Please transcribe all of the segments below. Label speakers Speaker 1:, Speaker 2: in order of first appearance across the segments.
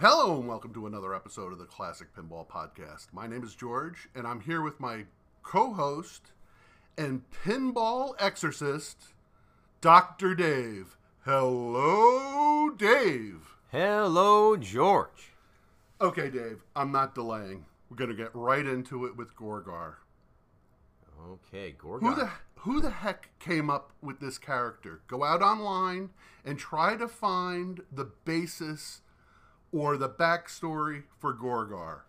Speaker 1: Hello and welcome to another episode of the Classic Pinball Podcast. My name is George, and I'm here with my co-host and pinball exorcist, Doctor Dave. Hello, Dave.
Speaker 2: Hello, George.
Speaker 1: Okay, Dave. I'm not delaying. We're gonna get right into it with Gorgar.
Speaker 2: Okay, Gorgon.
Speaker 1: Who the who the heck came up with this character? Go out online and try to find the basis or the backstory for Gorgar.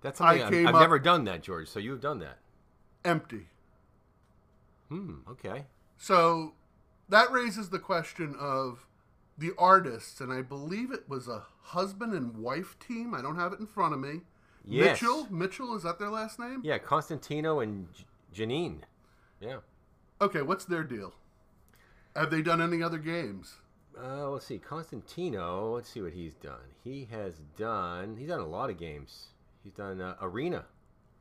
Speaker 2: That's
Speaker 1: I
Speaker 2: something I
Speaker 1: came
Speaker 2: have
Speaker 1: up-
Speaker 2: never done that, George. So you've done that.
Speaker 1: Empty.
Speaker 2: Hmm. Okay.
Speaker 1: So that raises the question of the artists, and I believe it was a husband and wife team. I don't have it in front of me.
Speaker 2: Yes.
Speaker 1: Mitchell? Mitchell, is that their last name?
Speaker 2: Yeah, Constantino and J- Janine. Yeah.
Speaker 1: Okay, what's their deal? Have they done any other games?
Speaker 2: Uh, let's see, Constantino. Let's see what he's done. He has done. He's done a lot of games. He's done uh, Arena,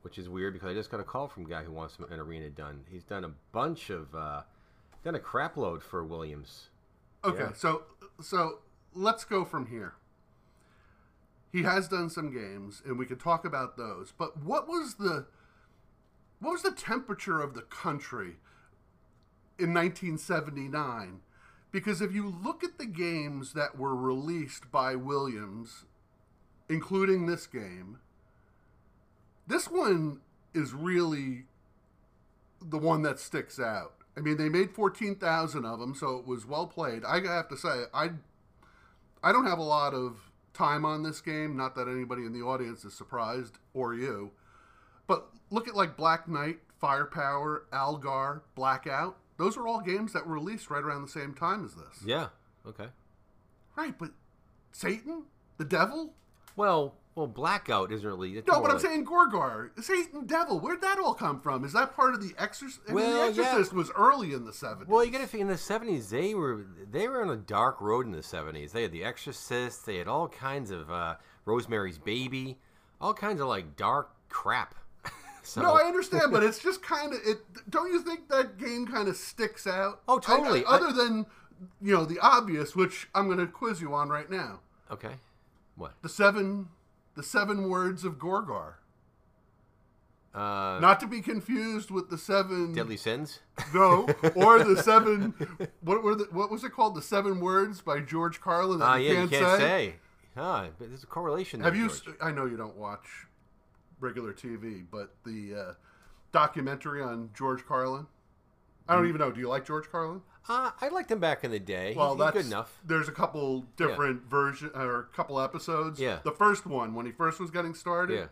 Speaker 2: which is weird because I just got a call from a guy who wants an Arena done. He's done a bunch of. Uh, done a crap load for Williams.
Speaker 1: Okay,
Speaker 2: Yeah.
Speaker 1: so so let's go from here. He has done some games, and we could talk about those. But what was the what was the temperature of the country in 1979? Because if you look at the games that were released by Williams, including this game, this one is really the one that sticks out. I mean, they made fourteen thousand of them, so it was well played. I have to say, I I don't have a lot of time on this game. Not that anybody in the audience is surprised or you, but look at like Black Knight, Firepower, Algar, Blackout. Those are all games that were released right around the same time as this.
Speaker 2: Yeah. Okay.
Speaker 1: Right, but Satan, the devil.
Speaker 2: Well, well, Blackout isn't really. it's
Speaker 1: No,
Speaker 2: more
Speaker 1: but I'm
Speaker 2: like-
Speaker 1: saying Gorgar, Satan, Devil. Where'd that all come from? Is that part of the Exorcist? I mean,
Speaker 2: Well,
Speaker 1: the
Speaker 2: yeah.
Speaker 1: Exorcist was early in the '70s.
Speaker 2: Well, you got to think in the seventies they were they were on a dark road in the seventies. They had The Exorcist. They had all kinds of uh, Rosemary's Baby, all kinds of like dark crap. so,
Speaker 1: No, I understand, but it's just kind of it. Don't you think that game kind of sticks out?
Speaker 2: Oh,
Speaker 1: I-
Speaker 2: totally.
Speaker 1: I- other than you know the obvious, which I'm going to quiz you on right now.
Speaker 2: okay, what?
Speaker 1: The seven, the seven words of Gorgar,
Speaker 2: Uh,
Speaker 1: not to be confused with the seven
Speaker 2: Deadly Sins.
Speaker 1: no, or the seven. What were the, what was it called? The seven words by George Carlin that
Speaker 2: Ah,
Speaker 1: you,
Speaker 2: yeah,
Speaker 1: can't
Speaker 2: you can't say. Huh, but there's a correlation. There,
Speaker 1: Have you?
Speaker 2: George.
Speaker 1: s- I know you don't watch regular TV, but the uh, documentary on George Carlin. I
Speaker 2: Hmm.
Speaker 1: don't even know. Do you like George Carlin?
Speaker 2: Uh, I liked him back in the day.
Speaker 1: Well,
Speaker 2: He's- he's
Speaker 1: that's
Speaker 2: good enough.
Speaker 1: There's a couple different version or a couple episodes.
Speaker 2: Yeah.
Speaker 1: The first one, when he first was getting started,
Speaker 2: Yeah.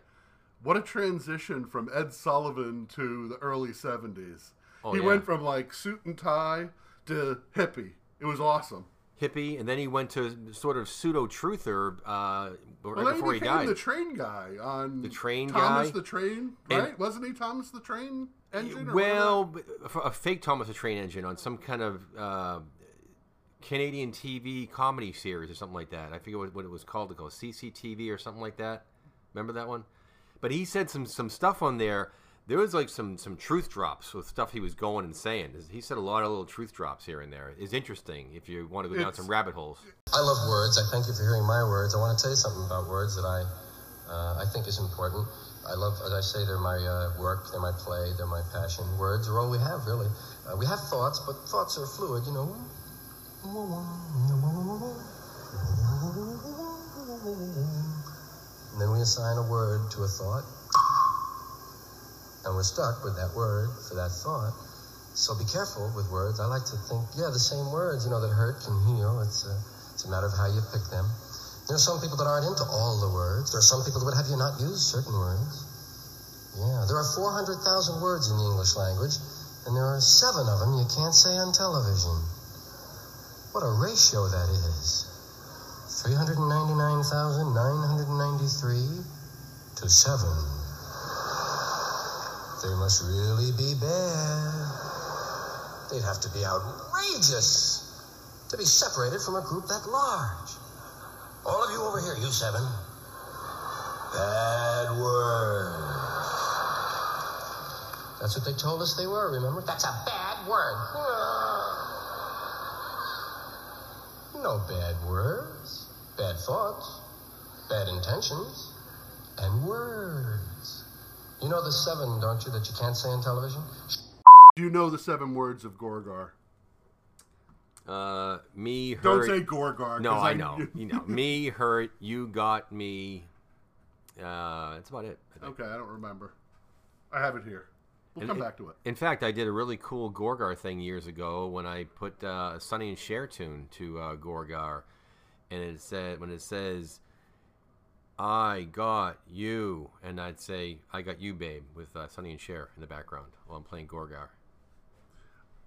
Speaker 1: what a transition from Ed Sullivan to the early 70s.
Speaker 2: Oh,
Speaker 1: he
Speaker 2: yeah.
Speaker 1: went from like suit and tie to hippie. It was awesome.
Speaker 2: Hippie, and then he went to sort of pseudo truther uh, right
Speaker 1: well, then
Speaker 2: before
Speaker 1: he
Speaker 2: he
Speaker 1: became
Speaker 2: died.
Speaker 1: the train guy on
Speaker 2: The train
Speaker 1: Thomas
Speaker 2: guy?
Speaker 1: the Train,
Speaker 2: And-
Speaker 1: right? Wasn't he Thomas the Train engine? or
Speaker 2: well, b- for a fake Thomas the Train engine on some kind of uh, Canadian TV comedy series or something like that. I forget what, what it was called. It was CCTV or something like that. Remember that one? But he said some some stuff on there. There was like some some truth drops with stuff he was going and saying. He said a lot of little truth drops here and there. It's interesting if you want to go down
Speaker 1: It's-
Speaker 2: some rabbit holes.
Speaker 3: I love words. I thank you for hearing my words. I want to tell you something about words that I, uh, I think is important. I love, as I say, they're my uh, work, they're my play, they're my passion. Words are all we have, really. Uh, we have thoughts, but thoughts are fluid, you know. And then we assign a word to a thought, and we're stuck with that word for that thought. So be careful with words. I like to think, yeah, the same words, you know, that hurt can heal. It's uh, a, it's a matter of how you pick them. There are some people that aren't into all the words. There are some people that would have you not use certain words. Yeah, there are 400,000 words in the English language, and there are seven of them you can't say on television. What a ratio that is 399,993 to 7. They must really be bad. They'd have to be outrageous to be separated from a group that large. All of you over here, you seven. Bad word. That's what they told us they were, remember? That's a bad word. No bad words, bad thoughts. bad intentions, and words. You know the seven, don't you, that you can't say on television?
Speaker 1: Do you know the seven words of Gorgar?
Speaker 2: Uh, me, her.
Speaker 1: Don't say Gorgar.
Speaker 2: No,
Speaker 1: 'cause
Speaker 2: I know. you know, me, hurt. You got me. Uh, that's about it. I think.
Speaker 1: okay, I don't remember. I have it here. We'll
Speaker 2: And
Speaker 1: come
Speaker 2: it-
Speaker 1: back to it.
Speaker 2: In fact, I did a really cool Gorgar thing years ago when I put uh, a Sonny and Cher tune to uh, Gorgar, and it said when it says, "I got you," and I'd say, "I got you, babe," with uh, Sonny and Cher in the background while I'm playing Gorgar.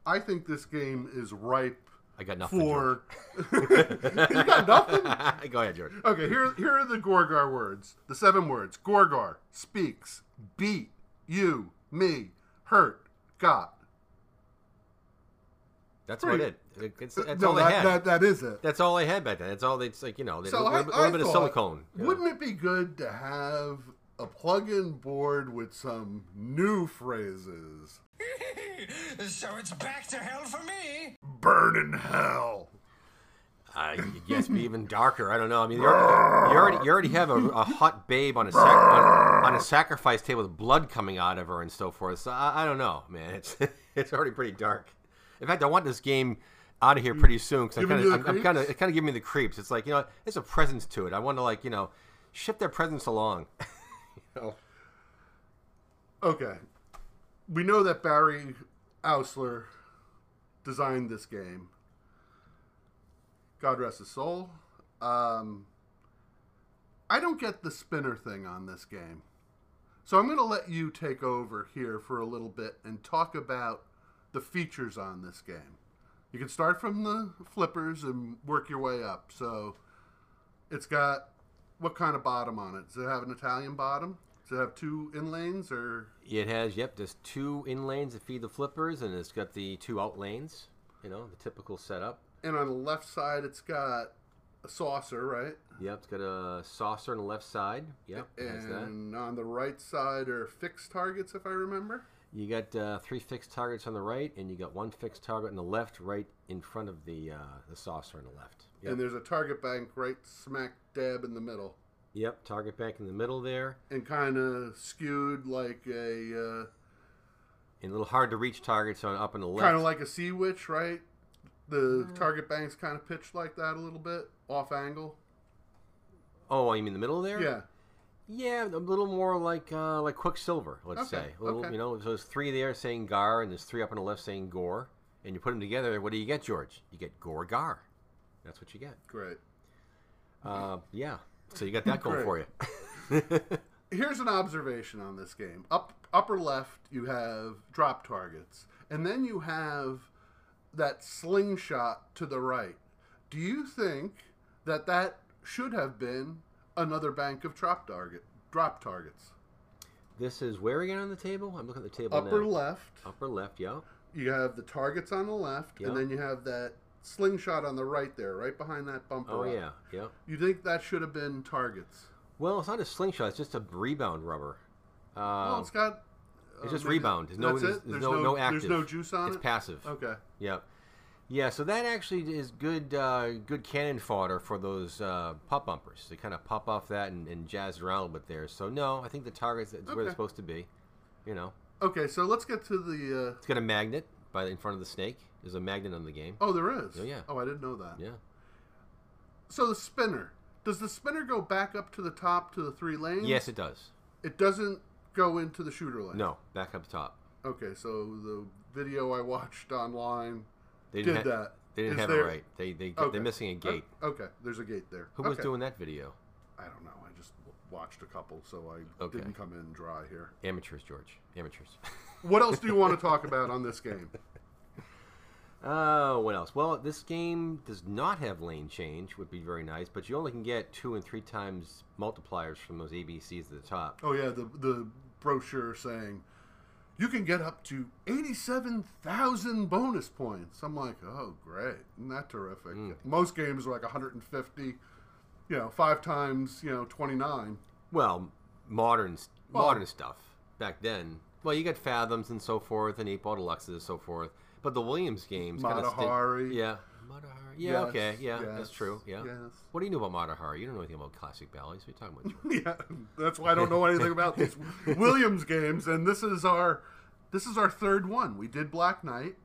Speaker 1: I think this game is ripe
Speaker 2: I got nothing. George.
Speaker 1: for. you got nothing?
Speaker 2: Go ahead, George.
Speaker 1: Okay, here here are the Gorgar words. The seven words. Gorgar speaks. Beat. You. Me. Hurt. Got.
Speaker 2: That's
Speaker 1: Pretty-
Speaker 2: what it. it- It's, that's
Speaker 4: no,
Speaker 2: all I
Speaker 4: that,
Speaker 2: had.
Speaker 4: that, that is it.
Speaker 2: that's all they had back then. That's all they. It's like you know, they
Speaker 1: So
Speaker 2: a little,
Speaker 1: I,
Speaker 2: bit-
Speaker 1: I
Speaker 2: little bit of
Speaker 1: thought,
Speaker 2: silicone. you know.
Speaker 1: Wouldn't it be good to have a plug-in board with some new phrases?
Speaker 5: so it's back to hell for me.
Speaker 1: Burn in hell.
Speaker 2: I guess be even darker. I don't know. I mean, you already, you already, you already have a, a hot babe on a, sac- on, on a sacrifice table with blood coming out of her and so forth. So I, I don't know, man. It's it's already pretty dark. In fact, I want this game out of here pretty soon because I'm
Speaker 1: Giving
Speaker 2: kind
Speaker 1: you
Speaker 2: of
Speaker 1: the
Speaker 2: I'm, I'm kind of
Speaker 1: creeps?
Speaker 2: it kind of giving me the creeps. It's like you know, what? there's a presence to it. I want to like you know, shift their presence along. you know,
Speaker 1: Okay. We know that Barry Ousler designed this game. God rest his soul. Um, I don't get the spinner thing on this game. So I'm going to let you take over here for a little bit and talk about the features on this game. You can start from the flippers and work your way up. So it's got what kind of bottom on it? Does it have an Italian bottom? Does it have two in lanes or
Speaker 2: it has yep, there's two in lanes that feed the flippers, and it's got the two out lanes. You know, the typical setup.
Speaker 1: and on the left side it's got a saucer, right?
Speaker 2: Yep, it's got a saucer on the left side. Yep, that's that.
Speaker 1: And on the right side are fixed targets, if I remember.
Speaker 2: You got uh, three fixed targets on the right, and you got one fixed target on the left, right in front of the uh, the saucer on the left. Yep.
Speaker 1: And there's a target bank right smack dab in the middle,
Speaker 2: yep, target bank in the middle there,
Speaker 1: and kind of skewed like a
Speaker 2: and a little hard to reach targets on up on the
Speaker 1: uh,
Speaker 2: left.
Speaker 1: kind of like a sea witch, right? The target bank's kind of pitched like that a little bit, off angle.
Speaker 2: oh, you mean the middle there?
Speaker 1: Yeah,
Speaker 2: yeah, a little more like uh, like Quicksilver, let's
Speaker 1: Okay,
Speaker 2: say. A little,
Speaker 1: okay.
Speaker 2: You know, so there's three there saying Gar, and there's three up on the left saying Gore, and you put them together. What do you get, George? You get Gore Gar. That's what you get.
Speaker 1: great.
Speaker 2: Uh, yeah, so you got that going for you.
Speaker 1: here's an observation on this game. Up upper left, you have drop targets, and then you have that slingshot to the right. Do you think that that should have been another bank of drop target drop targets?
Speaker 2: This is where again on the table? I'm looking at the table
Speaker 1: upper
Speaker 2: now.
Speaker 1: left,
Speaker 2: Upper left, yeah.
Speaker 1: you have the targets on the left,
Speaker 2: Yeah.
Speaker 1: and then you have that slingshot on the right there, right behind that bumper.
Speaker 2: Oh
Speaker 1: up.
Speaker 2: yeah, yeah.
Speaker 1: You think that should have been targets?
Speaker 2: Well, it's not a slingshot; it's just a rebound rubber. Uh,
Speaker 1: well, it's got.
Speaker 2: it's
Speaker 1: uh,
Speaker 2: just
Speaker 1: maybe-
Speaker 2: rebound. There's no,
Speaker 1: that's
Speaker 2: there's,
Speaker 1: it?
Speaker 2: there's no, no, active.
Speaker 1: There's no juice on
Speaker 2: it's
Speaker 1: it.
Speaker 2: passive.
Speaker 1: Okay.
Speaker 2: Yep. Yeah, so that actually is good, uh, good cannon fodder for those uh, pop bumpers. They kind of pop off that and, and jazz around a little bit there. So no, I think the targets is where
Speaker 1: Okay.
Speaker 2: they're supposed to be. You know,
Speaker 1: Okay, so let's get to the.
Speaker 2: it's got a magnet by the, in front of the snake. There's a magnet on the game.
Speaker 1: Uh, oh, there is.
Speaker 2: Oh, yeah.
Speaker 1: Oh, I didn't know that.
Speaker 2: Yeah.
Speaker 1: So the spinner. Does the spinner go back up to the top to the three lanes?
Speaker 2: Yes, it does.
Speaker 1: It doesn't go into the shooter lane.
Speaker 2: No, back up top.
Speaker 1: Okay, so the video I watched online.
Speaker 2: They
Speaker 1: Did
Speaker 2: didn't ha-
Speaker 1: that.
Speaker 2: They didn't
Speaker 1: Is
Speaker 2: have
Speaker 1: there-
Speaker 2: it right. They they
Speaker 1: Okay.
Speaker 2: they're missing a gate.
Speaker 1: Oh, okay, there's a gate there.
Speaker 2: Who was
Speaker 1: Okay.
Speaker 2: doing that video?
Speaker 1: I don't know. I just w- watched a couple, so I
Speaker 2: Okay.
Speaker 1: didn't come in dry here.
Speaker 2: Amateurs, George. Amateurs.
Speaker 1: What else do you want to talk about on this game?
Speaker 2: Oh, what else? Well, this game does not have lane change, would be very nice, but you only can get two and three times multipliers from those ABCs at the top.
Speaker 1: Oh yeah, the the brochure saying you can get up to eighty-seven thousand bonus points. I'm like, oh great, isn't that terrific? Most games are like 150, you know, five times, you know, 29.
Speaker 2: Well, modern s
Speaker 1: Well-
Speaker 2: modern stuff. Back then, well, you got fathoms and so forth, and eight ball deluxes and so forth. But the Williams games, kinda sti-
Speaker 1: Matahari.
Speaker 2: yeah, Matahari. Yeah,
Speaker 1: Yes,
Speaker 2: okay. Yeah,
Speaker 1: yes,
Speaker 2: that's true. Yeah.
Speaker 1: yes.
Speaker 2: What do you know about Matahari? You don't know anything about classic ballads. What are you talking about? George?
Speaker 1: yeah, that's why I don't know anything about these Williams games. And this is our this is our third one. We did Black Knight.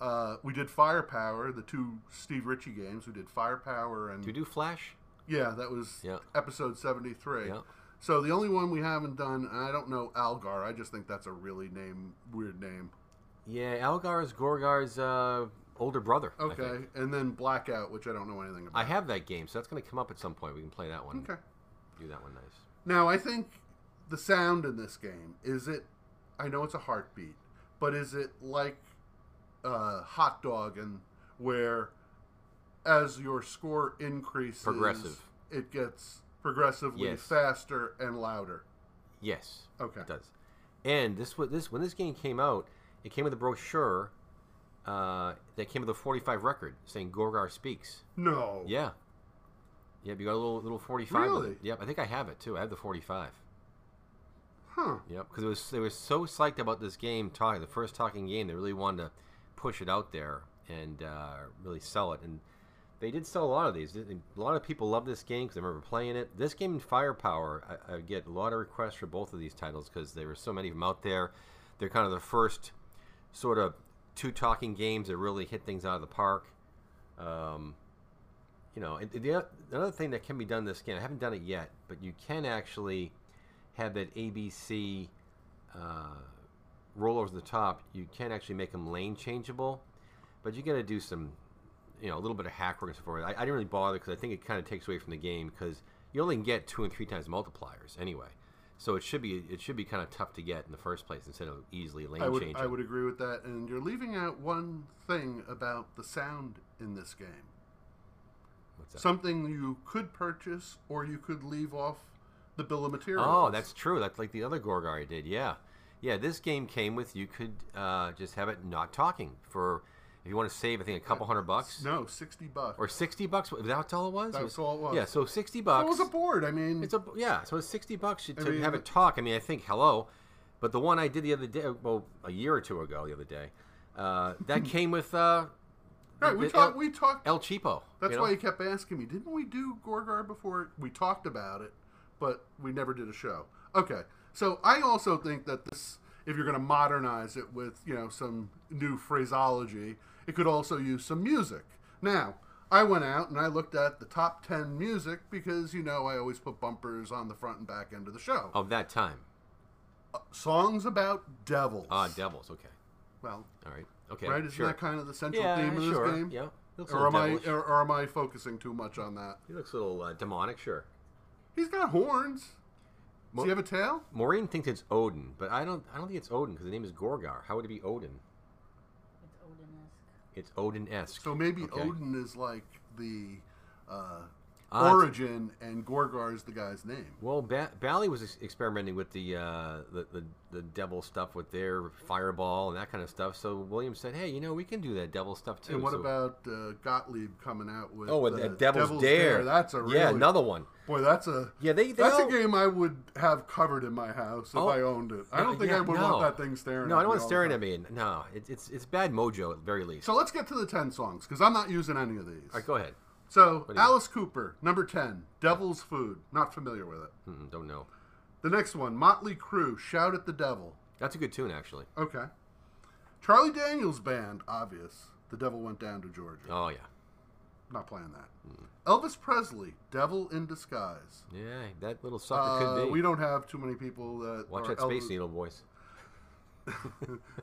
Speaker 1: Uh, we did Firepower, the two Steve Ritchie games. We did Firepower and
Speaker 2: Do we do Flash?
Speaker 1: yeah, that was
Speaker 2: Yeah.
Speaker 1: episode seventy three.
Speaker 2: Yeah.
Speaker 1: So the only one we haven't done, and I don't know Algar. I just think that's a really name weird name.
Speaker 2: Yeah, Algar is Gorgar's uh, older brother. I think.
Speaker 1: Okay, and then Blackout, which I don't know anything about.
Speaker 2: I have that game, so that's going to come up at some point. We can play that one.
Speaker 1: okay.
Speaker 2: Do that one nice.
Speaker 1: Now, I think the sound in this game is it. I know it's a heartbeat, but is it like uh, hot dog and where as your score increases,
Speaker 2: Progressive.
Speaker 1: it gets progressively
Speaker 2: Yes.
Speaker 1: faster and louder.
Speaker 2: Yes.
Speaker 1: Okay.
Speaker 2: It does. And this wa- this when this game came out, it came with a brochure uh, that came with a 45 record saying Gorgar speaks.
Speaker 1: No.
Speaker 2: Yeah. Yep, you got a little little 45. with it.
Speaker 1: Oh. Really?
Speaker 2: Yep, I think I have it too. I have the 45.
Speaker 1: Huh.
Speaker 2: Yep, because it was they were so psyched about this game talking the first talking game. They really wanted to push it out there and uh, really sell it. And they did sell a lot of these. A lot of people love this game because I remember playing it. This game and Firepower, I, I get a lot of requests for both of these titles because there were so many of them out there. They're kind of the first sort of two talking games that really hit things out of the park. Um, you know, and the o- another thing that can be done this game, I haven't done it yet, but you can actually have that ABC uh, rollovers at the top. You can actually make them lane changeable, but you got to do some, you know, a little bit of hack work and so forth. I, I didn't really bother because I think it kind of takes away from the game because you only can get two and three times multipliers anyway. So it should be it should be kind of tough to get in the first place instead of easily lane
Speaker 1: I would
Speaker 2: changing.
Speaker 1: I would agree with that. And you're leaving out one thing about the sound in this game.
Speaker 2: What's that?
Speaker 1: Something you could purchase or you could leave off the bill of materials.
Speaker 2: Oh, that's true. That's like the other Gorgar I did. Yeah, yeah. This game came with you could uh, just have it not talking for if you want to save. I think a couple hundred bucks
Speaker 1: no sixty bucks.
Speaker 2: or sixty bucks. Was that all it was?
Speaker 1: That's all it was.
Speaker 2: Yeah. So sixty
Speaker 1: That
Speaker 2: bucks.
Speaker 1: was a board. I mean,
Speaker 2: It's a yeah. So it's sixty bucks to
Speaker 1: mean,
Speaker 2: have
Speaker 1: the-
Speaker 2: it talk. I mean, I think hello, but the one I did the other day, well, a year or two ago, the other day, uh, that came with uh,
Speaker 1: right? We
Speaker 2: the-
Speaker 1: talked.
Speaker 2: El-
Speaker 1: We talked.
Speaker 2: El Cheapo.
Speaker 1: That's
Speaker 2: you know?
Speaker 1: why you kept asking me, didn't we do Gorgar before? We talked about it, but we never did a show. Okay. So I also think that this, if you're going to modernize it with, you know, some new phraseology, it could also use some music. Now, I went out and I looked at the top 10 music because, you know, I always put bumpers on the front and back end of the show.
Speaker 2: of that time.
Speaker 1: Songs about devils.
Speaker 2: Ah, Devils. Okay.
Speaker 1: well,
Speaker 2: All right. Okay.
Speaker 1: right? Isn't
Speaker 2: sure.
Speaker 1: that kind of the central
Speaker 2: yeah,
Speaker 1: theme of
Speaker 2: sure.
Speaker 1: this game?
Speaker 2: Yeah. Looks a
Speaker 1: Or am,
Speaker 2: little
Speaker 1: I,
Speaker 2: devilish.
Speaker 1: or, or am I focusing too much on that?
Speaker 2: He looks a little uh, demonic, sure.
Speaker 1: He's got horns. Does he have a tail?
Speaker 2: Maureen thinks it's Odin, but I don't. I don't think it's Odin because the name is Gorgar. How would it be Odin? It's
Speaker 4: It's Odin-esque.
Speaker 2: Odin-esque.
Speaker 1: So maybe
Speaker 2: Okay.
Speaker 1: Odin is like the uh,
Speaker 2: Ah, it's-
Speaker 1: origin, and Gorgar is the guy's name.
Speaker 2: Well, ba- Bally was ex- experimenting with the, uh, the the the devil stuff with their fireball and that kind of stuff. So William said, "Hey, you know, we can do that devil stuff too."
Speaker 1: and what
Speaker 2: So-
Speaker 1: about uh, Gottlieb coming out with?
Speaker 2: oh, with
Speaker 1: uh,
Speaker 2: that Devil's, Dare?
Speaker 1: That's a really,
Speaker 2: yeah, another one.
Speaker 1: boy. That's a
Speaker 2: Yeah, they- they
Speaker 1: that's
Speaker 2: all-
Speaker 1: a game I would have covered in my house if
Speaker 2: Oh.
Speaker 1: I owned it. I don't
Speaker 2: Yeah,
Speaker 1: think
Speaker 2: yeah,
Speaker 1: I would
Speaker 2: no.
Speaker 1: want that thing staring.
Speaker 2: No,
Speaker 1: at
Speaker 2: I don't
Speaker 1: me
Speaker 2: want
Speaker 1: all the
Speaker 2: staring
Speaker 1: time.
Speaker 2: at me. No, it's it's it's bad mojo at the very least.
Speaker 1: So let's get to the ten songs because I'm not using any of these.
Speaker 2: All right, go ahead.
Speaker 1: So
Speaker 2: do you-
Speaker 1: Alice Cooper, number ten, Devil's Food. Not familiar with it.
Speaker 2: Mm, don't know.
Speaker 1: The next one, Motley Crue, Shout at the Devil.
Speaker 2: That's a good tune, actually.
Speaker 1: Okay. Charlie Daniels Band, obvious. The Devil Went Down to Georgia.
Speaker 2: Oh yeah,
Speaker 1: Not playing that. Elvis Presley, Devil in Disguise.
Speaker 2: yeah. That little sucker
Speaker 1: Uh,
Speaker 2: could be.
Speaker 1: we don't have too many people that
Speaker 2: Watch
Speaker 1: are
Speaker 2: that
Speaker 1: Elvis-
Speaker 2: Space Needle voice.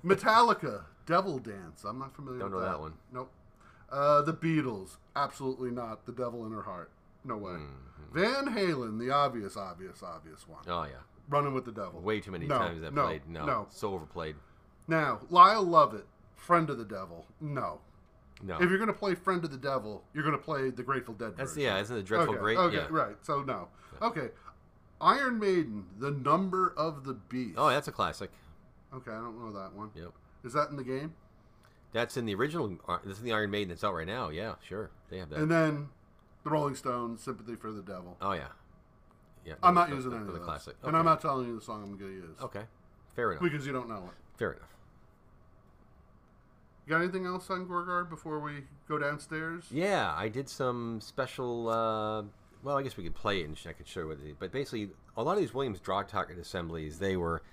Speaker 1: Metallica, Devil Dance. I'm not familiar
Speaker 2: Don't
Speaker 1: with
Speaker 2: know
Speaker 1: that.
Speaker 2: that one.
Speaker 1: Nope. Uh, the Beatles, absolutely not. The Devil in Her Heart. No way.
Speaker 2: Mm-hmm.
Speaker 1: Van Halen, the obvious, obvious, obvious one.
Speaker 2: Oh yeah,
Speaker 1: Running with the Devil.
Speaker 2: way too many
Speaker 1: No,
Speaker 2: times that
Speaker 1: no,
Speaker 2: played. No,
Speaker 1: no.
Speaker 2: so overplayed.
Speaker 1: Now, Lyle Lovett, Friend of the Devil. No.
Speaker 2: No,
Speaker 1: If you're going to play Friend of the Devil, you're going to play the Grateful Dead
Speaker 2: that's
Speaker 1: version.
Speaker 2: yeah. Isn't it dreadful
Speaker 1: okay,
Speaker 2: great?
Speaker 1: Okay,
Speaker 2: yeah.
Speaker 1: right. So, no. Okay. Iron Maiden, The Number of the Beast.
Speaker 2: Oh, that's a classic.
Speaker 1: Okay, I don't know that one.
Speaker 2: Yep.
Speaker 1: Is that in the game?
Speaker 2: That's in the original. Ar- This is the Iron Maiden that's out right now. Yeah, sure. They have that.
Speaker 1: And then The Rolling Stones, Sympathy for the Devil.
Speaker 2: oh yeah, yeah.
Speaker 1: I'm not
Speaker 2: for-
Speaker 1: using
Speaker 2: for
Speaker 1: any
Speaker 2: the
Speaker 1: of those.
Speaker 2: classic.
Speaker 1: And I'm
Speaker 2: Okay.
Speaker 1: not telling you the song I'm going to use.
Speaker 2: Okay, fair enough.
Speaker 1: Because you don't know it.
Speaker 2: Fair enough.
Speaker 1: You got anything else on Gorgar before we go downstairs?
Speaker 2: Yeah, I did some special. Uh, well, I guess we could play it and sh- I could show what it. But basically, a lot of these Williams draw target assemblies they were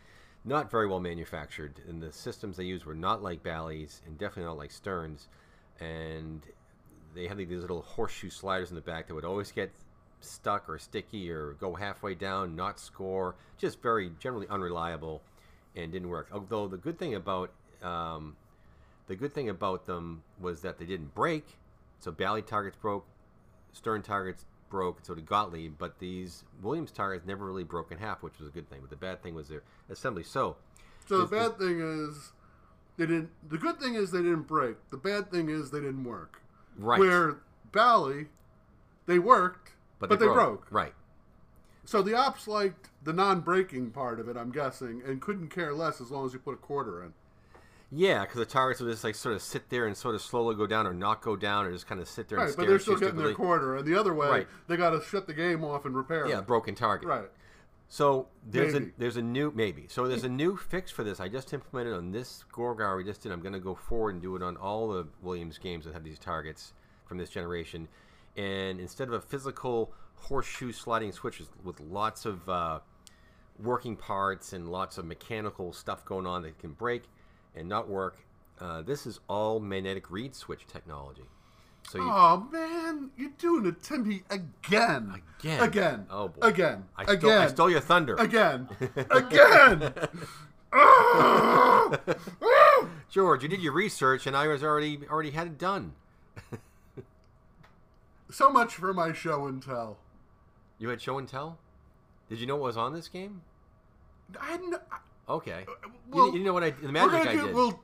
Speaker 2: not very well manufactured, and the systems they used were not like Bally's and definitely not like Stern's. And they had like, these little horseshoe sliders in the back that would always get stuck or sticky or go halfway down, not score. Just very generally unreliable and didn't work. Although the good thing about um, the good thing about them was that they didn't break, so Bally targets broke, Stern targets broke, so did Gottlieb, but these Williams targets never really broke in half, which was a good thing. But the bad thing was their assembly. So,
Speaker 1: So the
Speaker 2: Is-
Speaker 1: bad thing is they didn't. The good thing is they didn't break. The bad thing is they didn't work.
Speaker 2: right.
Speaker 1: Where Bally, they worked, but, they, broke.
Speaker 2: Right.
Speaker 1: So the ops liked the non-breaking part of it, I'm guessing, and couldn't care less as long as you put a quarter in.
Speaker 2: Yeah, because the targets would just like sort of sit there and sort of slowly go down or not go down or just kind of sit there
Speaker 1: Right,
Speaker 2: and stare
Speaker 1: but they're
Speaker 2: at you
Speaker 1: still getting their
Speaker 2: stupidly.
Speaker 1: quarter. And the other way,
Speaker 2: Right.
Speaker 1: they got to shut the game off and repair
Speaker 2: Yeah,
Speaker 1: it.
Speaker 2: broken target.
Speaker 1: Right.
Speaker 2: So there's
Speaker 1: Maybe.
Speaker 2: a there's a new maybe. So there's a new fix for this. I just implemented on this Gorgar we just did. I'm going to go forward and do it on all the Williams games that have these targets from this generation. And instead of a physical horseshoe sliding switches with lots of uh, working parts and lots of mechanical stuff going on that can break and not work, uh, this is all magnetic reed switch technology. So you,
Speaker 1: Oh man, you're doing it to me again.
Speaker 2: Again.
Speaker 1: Again.
Speaker 2: Oh, boy.
Speaker 1: Again.
Speaker 2: I,
Speaker 1: again.
Speaker 2: stole, I stole your thunder.
Speaker 1: Again. again. Ah! Ah!
Speaker 2: George, you did your research, and I was already already had it done.
Speaker 1: so much for my show and tell.
Speaker 2: You had show and tell. Did you know what was on this game?
Speaker 1: I had no, I-
Speaker 2: Okay. You-
Speaker 1: Uh, well,
Speaker 2: you, know what I the
Speaker 1: we're
Speaker 2: magic
Speaker 1: gonna
Speaker 2: I
Speaker 1: do.
Speaker 2: did.
Speaker 1: We'll,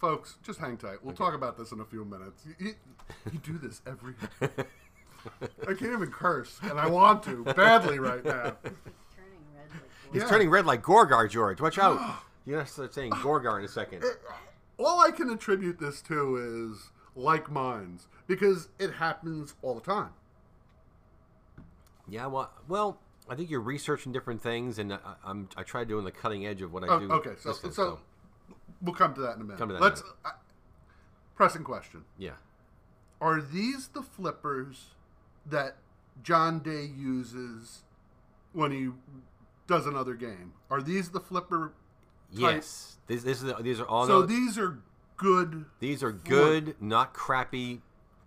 Speaker 1: folks, just hang tight. We'll talk about this in a few minutes. You, you, you do this every. I can't even curse, and I want to badly right now.
Speaker 4: It's turning red like
Speaker 2: He's
Speaker 1: yeah.
Speaker 2: turning red like Gorgar, George. Watch out. You're gonna start saying Gorgar in a
Speaker 1: Uh,
Speaker 2: second.
Speaker 1: All I can attribute this to is like minds because it happens all the time.
Speaker 2: Yeah. Well, well, I think you're researching different things, and I, I'm I try doing the cutting edge of what I
Speaker 1: Oh,
Speaker 2: do.
Speaker 1: okay, so,
Speaker 2: this
Speaker 1: so
Speaker 2: is,
Speaker 1: we'll come to that in a minute.
Speaker 2: Come to that in a
Speaker 1: Let's
Speaker 2: minute.
Speaker 1: I, pressing question:
Speaker 2: yeah.
Speaker 1: Are these the flippers that John Day uses when he does another game? Are these the flipper? Tight.
Speaker 2: Yes. This, this is these are all
Speaker 1: so
Speaker 2: the-
Speaker 1: these are good.
Speaker 2: These are good, not crappy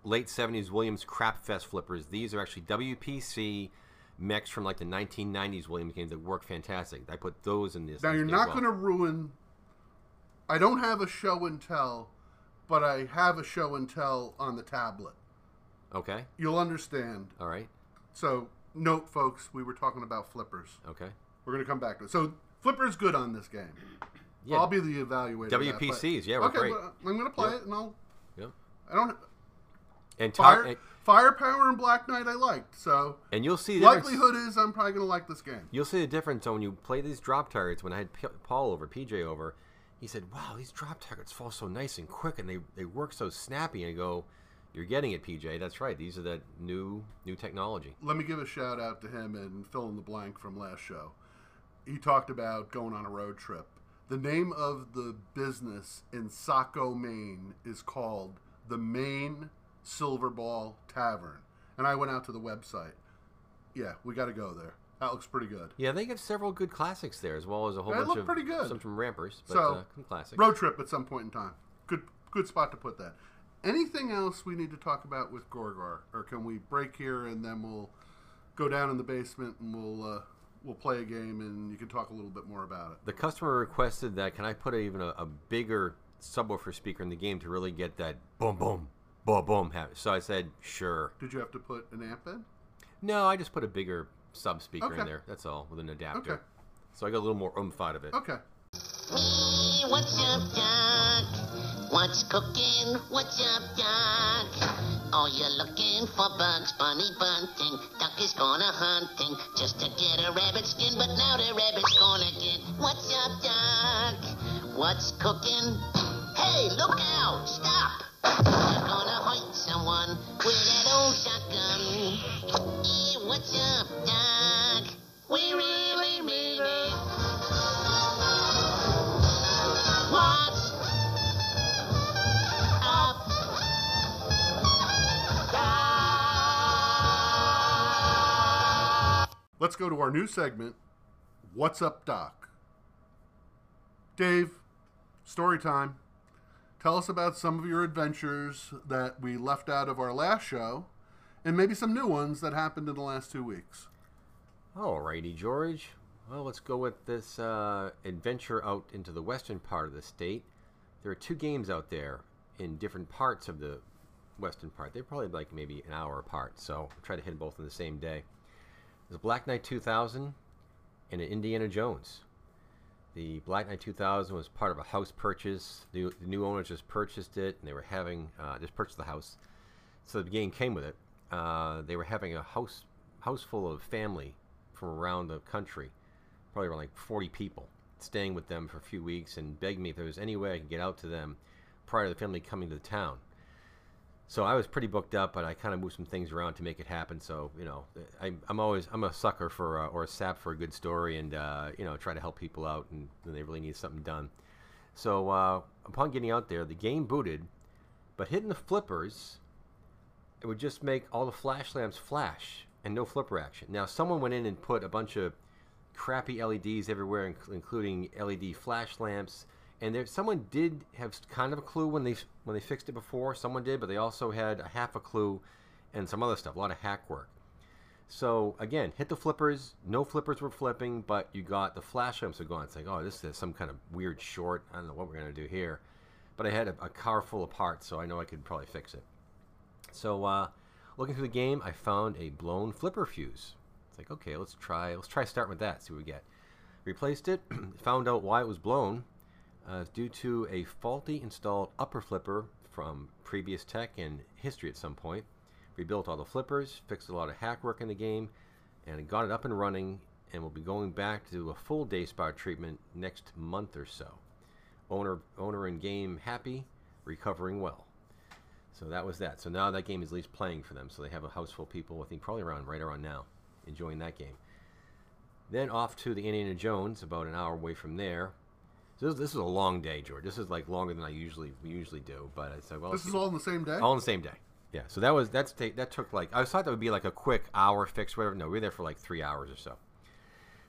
Speaker 2: late 70s Williams crap fest flippers. These are actually WPC mechs from like the 1990s Williams games that work fantastic. I put those in this.
Speaker 1: Now
Speaker 2: list
Speaker 1: you're
Speaker 2: as
Speaker 1: not
Speaker 2: well.
Speaker 1: going to ruin. I don't have a show and tell, but I have a show and tell on the tablet.
Speaker 2: Okay.
Speaker 1: You'll understand.
Speaker 2: All right.
Speaker 1: So, note, folks, we were talking about flippers.
Speaker 2: Okay.
Speaker 1: We're going to come back to it. So, flippers good on this game.
Speaker 2: Yeah.
Speaker 1: I'll be the evaluator. of that, but-
Speaker 2: WPCs, yeah, we're
Speaker 1: okay,
Speaker 2: great.
Speaker 1: but I'm going to play
Speaker 2: Yep.
Speaker 1: it, and I'll.
Speaker 2: Yep.
Speaker 1: I don't.
Speaker 2: And tar-
Speaker 1: Fire,
Speaker 2: and,
Speaker 1: firepower and Black Knight, I liked. So,
Speaker 2: and you'll see the difference-
Speaker 1: likelihood is I'm probably going to like this game.
Speaker 2: You'll see the difference when you play these drop targets. When I had P- Paul over, PJ over, he said, "Wow, these drop targets fall so nice and quick, and they, they work so snappy." And I go, "You're getting it, PJ. That's right. These are that new new technology."
Speaker 1: Let me give a shout out to him and fill in the blank from last show. He talked about going on a road trip. The name of the business in Saco, Maine is called the Maine Silver Ball Tavern. And I went out to the website. Yeah, we got to go there. That looks pretty good.
Speaker 2: Yeah, they have several good classics there, as well as a whole
Speaker 1: They
Speaker 2: bunch
Speaker 1: look
Speaker 2: of
Speaker 1: pretty good.
Speaker 2: some from Rampers, but
Speaker 1: So,
Speaker 2: uh, some classics.
Speaker 1: Road trip at some point in time. Good good spot to put that. Anything else we need to talk about with Gorgor or can we break here and then we'll go down in the basement and we'll uh, we'll play a game and you can talk a little bit more about it.
Speaker 2: the customer requested that. Can I put a, even a, a bigger subwoofer speaker in the game to really get that boom, boom, boom, boom? ha- So I said, sure.
Speaker 1: Did you have to put an amp in?
Speaker 2: No, I just put a bigger sub speaker
Speaker 1: Okay.
Speaker 2: in there. That's all with an adapter.
Speaker 1: Okay.
Speaker 2: So I got a little more oomph out of it.
Speaker 1: Okay.
Speaker 6: Hey, what's up, Doc? What's cooking? What's up, Doc? Oh, you're looking for bugs, bunny bunting. Duck is gonna hunting just to get a rabbit skin, but now the rabbit's gonna get. What's up, Doc? What's cooking? Hey, look out! Stop! You're gonna hurt someone with that old shotgun. Hey, what's up, Doc? We really mean it. What's
Speaker 1: Let's go to our new segment. What's up, Doc? Dave, story time. Tell us about some of your adventures that we left out of our last show, and maybe some new ones that happened in the last two weeks.
Speaker 2: Alrighty, George. Well, let's go with this uh, adventure out into the western part of the state. There are two games out there in different parts of the western part. They're probably like maybe an hour apart, so try to hit them both on the same day. There's a Black Knight 2000 and an Indiana Jones. The Black Knight 2000 was part of a house purchase. The, the new owners just purchased it, and they were having uh, just purchased the house, so the game came with it. Uh, they were having a house house full of family from around the country, probably around like 40 people, staying with them for a few weeks, and begged me if there was any way I could get out to them prior to the family coming to the town. So I was pretty booked up, but I kind of moved some things around to make it happen. So you know, I, I'm always I'm a sucker for uh, or a sap for a good story, and uh, you know, try to help people out and when they really need something done. So uh, upon getting out there, the game booted, but hitting the flippers, it would just make all the flash lamps flash and no flipper action. Now someone went in and put a bunch of crappy LEDs everywhere, inc- including LED flash lamps. And there, someone did have s- kind of a clue when they when they fixed it before. Someone did, but they also had a half a clue, and some other stuff, a lot of hack work. So again, hit the flippers. No flippers were flipping, but you got the flash lamps were gone. It's like, oh, this is some kind of weird short. I don't know what we're gonna do here. But I had a, a car full of parts, so I know I could probably fix it. So, uh, looking through the game, I found a blown flipper fuse. It's like, okay, let's try. Let's try starting with that. See what we get. Replaced it. found out why it was blown. Uh, it's due to a faulty installed upper flipper from previous tech and history at some point. Rebuilt all the flippers, fixed a lot of hack work in the game, and got it up and running. And we'll be going back to a full day spa treatment next month or so. Owner, owner, and game happy, recovering well. So that was that. So now that game is at least playing for them. So they have a house full of people. I think probably around right around now, enjoying that game. Then off to the Indiana Jones, about an hour away from there. So this, this is a long day, George. This is like longer than I usually we usually do. But I said, well,
Speaker 1: This
Speaker 2: let's
Speaker 1: is
Speaker 2: do-
Speaker 1: all on the same day?
Speaker 2: all on the same day. Yeah. So that was that's ta- that took like I was thought that would be like a quick hour fix, whatever. No, we were there for like three hours or so.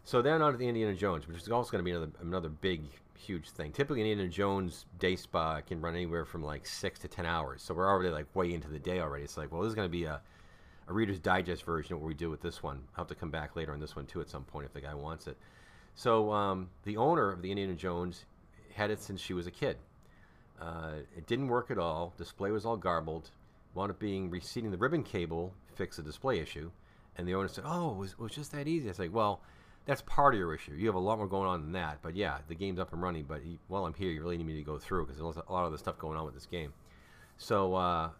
Speaker 2: So then on to the Indiana Jones, which is also going to be another another big huge thing. Typically, an Indiana Jones day spa can run anywhere from like six to ten hours. So we're already like way into the day already. It's like, well, this is going to be a a Reader's Digest version of what we do with this one. I'll have to come back later on this one too at some point if the guy wants it. So um, the owner of the Indiana Jones had it since she was a kid. Uh, it didn't work at all. Display was all garbled. Wound up being reseating the ribbon cable fixed the display issue, and the owner said, "Oh, it was, it was just that easy." I was like, "Well, that's part of your issue. You have a lot more going on than that." But yeah, the game's up and running. But you, while I'm here, you really need me to go through because there's a lot of other stuff going on with this game. So uh,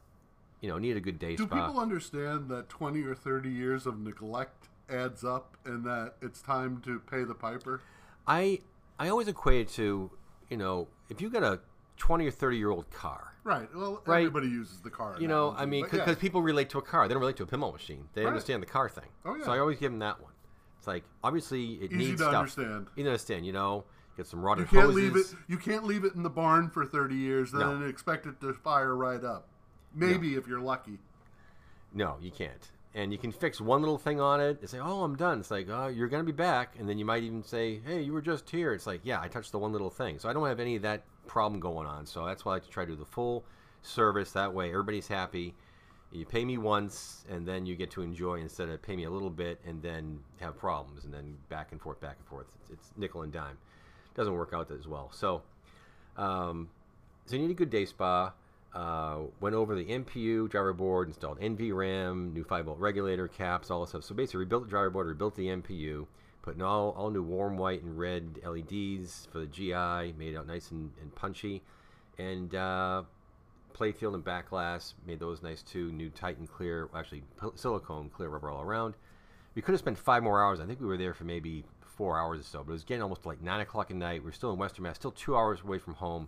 Speaker 2: you know, need a good day
Speaker 1: Do
Speaker 2: spa.
Speaker 1: people understand that 20 or 30 years of neglect adds up and that it's time to pay the piper?
Speaker 2: I I always equate it to you know if you got a 20 or 30 year old car
Speaker 1: Right. Well,
Speaker 2: Right.
Speaker 1: everybody uses the car.
Speaker 2: You know,
Speaker 1: analogy,
Speaker 2: I mean,
Speaker 1: but yeah.
Speaker 2: because people relate to a car, they don't relate to a pinball machine. They
Speaker 1: Right.
Speaker 2: understand the car thing.
Speaker 1: Oh, yeah.
Speaker 2: So I always give them that one. It's like obviously it
Speaker 1: Easy
Speaker 2: needs
Speaker 1: to
Speaker 2: stuff.
Speaker 1: understand.
Speaker 2: You understand, you know, get some rotted
Speaker 1: you can't
Speaker 2: hoses.
Speaker 1: leave it. You can't leave it in the barn for 30 years, then
Speaker 2: No.
Speaker 1: expect it to fire right up. Maybe if you're lucky.
Speaker 2: No, you can't. And you can fix one little thing on it. It's like, oh, I'm done. It's like, oh, you're gonna be back. And then you might even say, hey, you were just here. It's like, yeah, I touched the one little thing. So I don't have any of that problem going on. So that's why I like to try to do the full service. That way, everybody's happy. You pay me once, and then you get to enjoy instead of pay me a little bit and then have problems, and then back and forth, back and forth. It's, it's nickel and dime. Doesn't work out as well. So um, so you need a good day spa. Uh, went over the MPU driver board, installed NVRAM, new 5 volt regulator caps, all this stuff. So basically, rebuilt the driver board, rebuilt the MPU, put in all, all new warm white and red LEDs for the GI, made it out nice and, and punchy. And uh, playfield and back glass, made those nice too. New Titan clear, actually p- silicone clear rubber all around. We could have spent five more hours. I think we were there for maybe four hours or so, but it was getting almost like nine o'clock at night. We are still in Western Mass, still two hours away from home,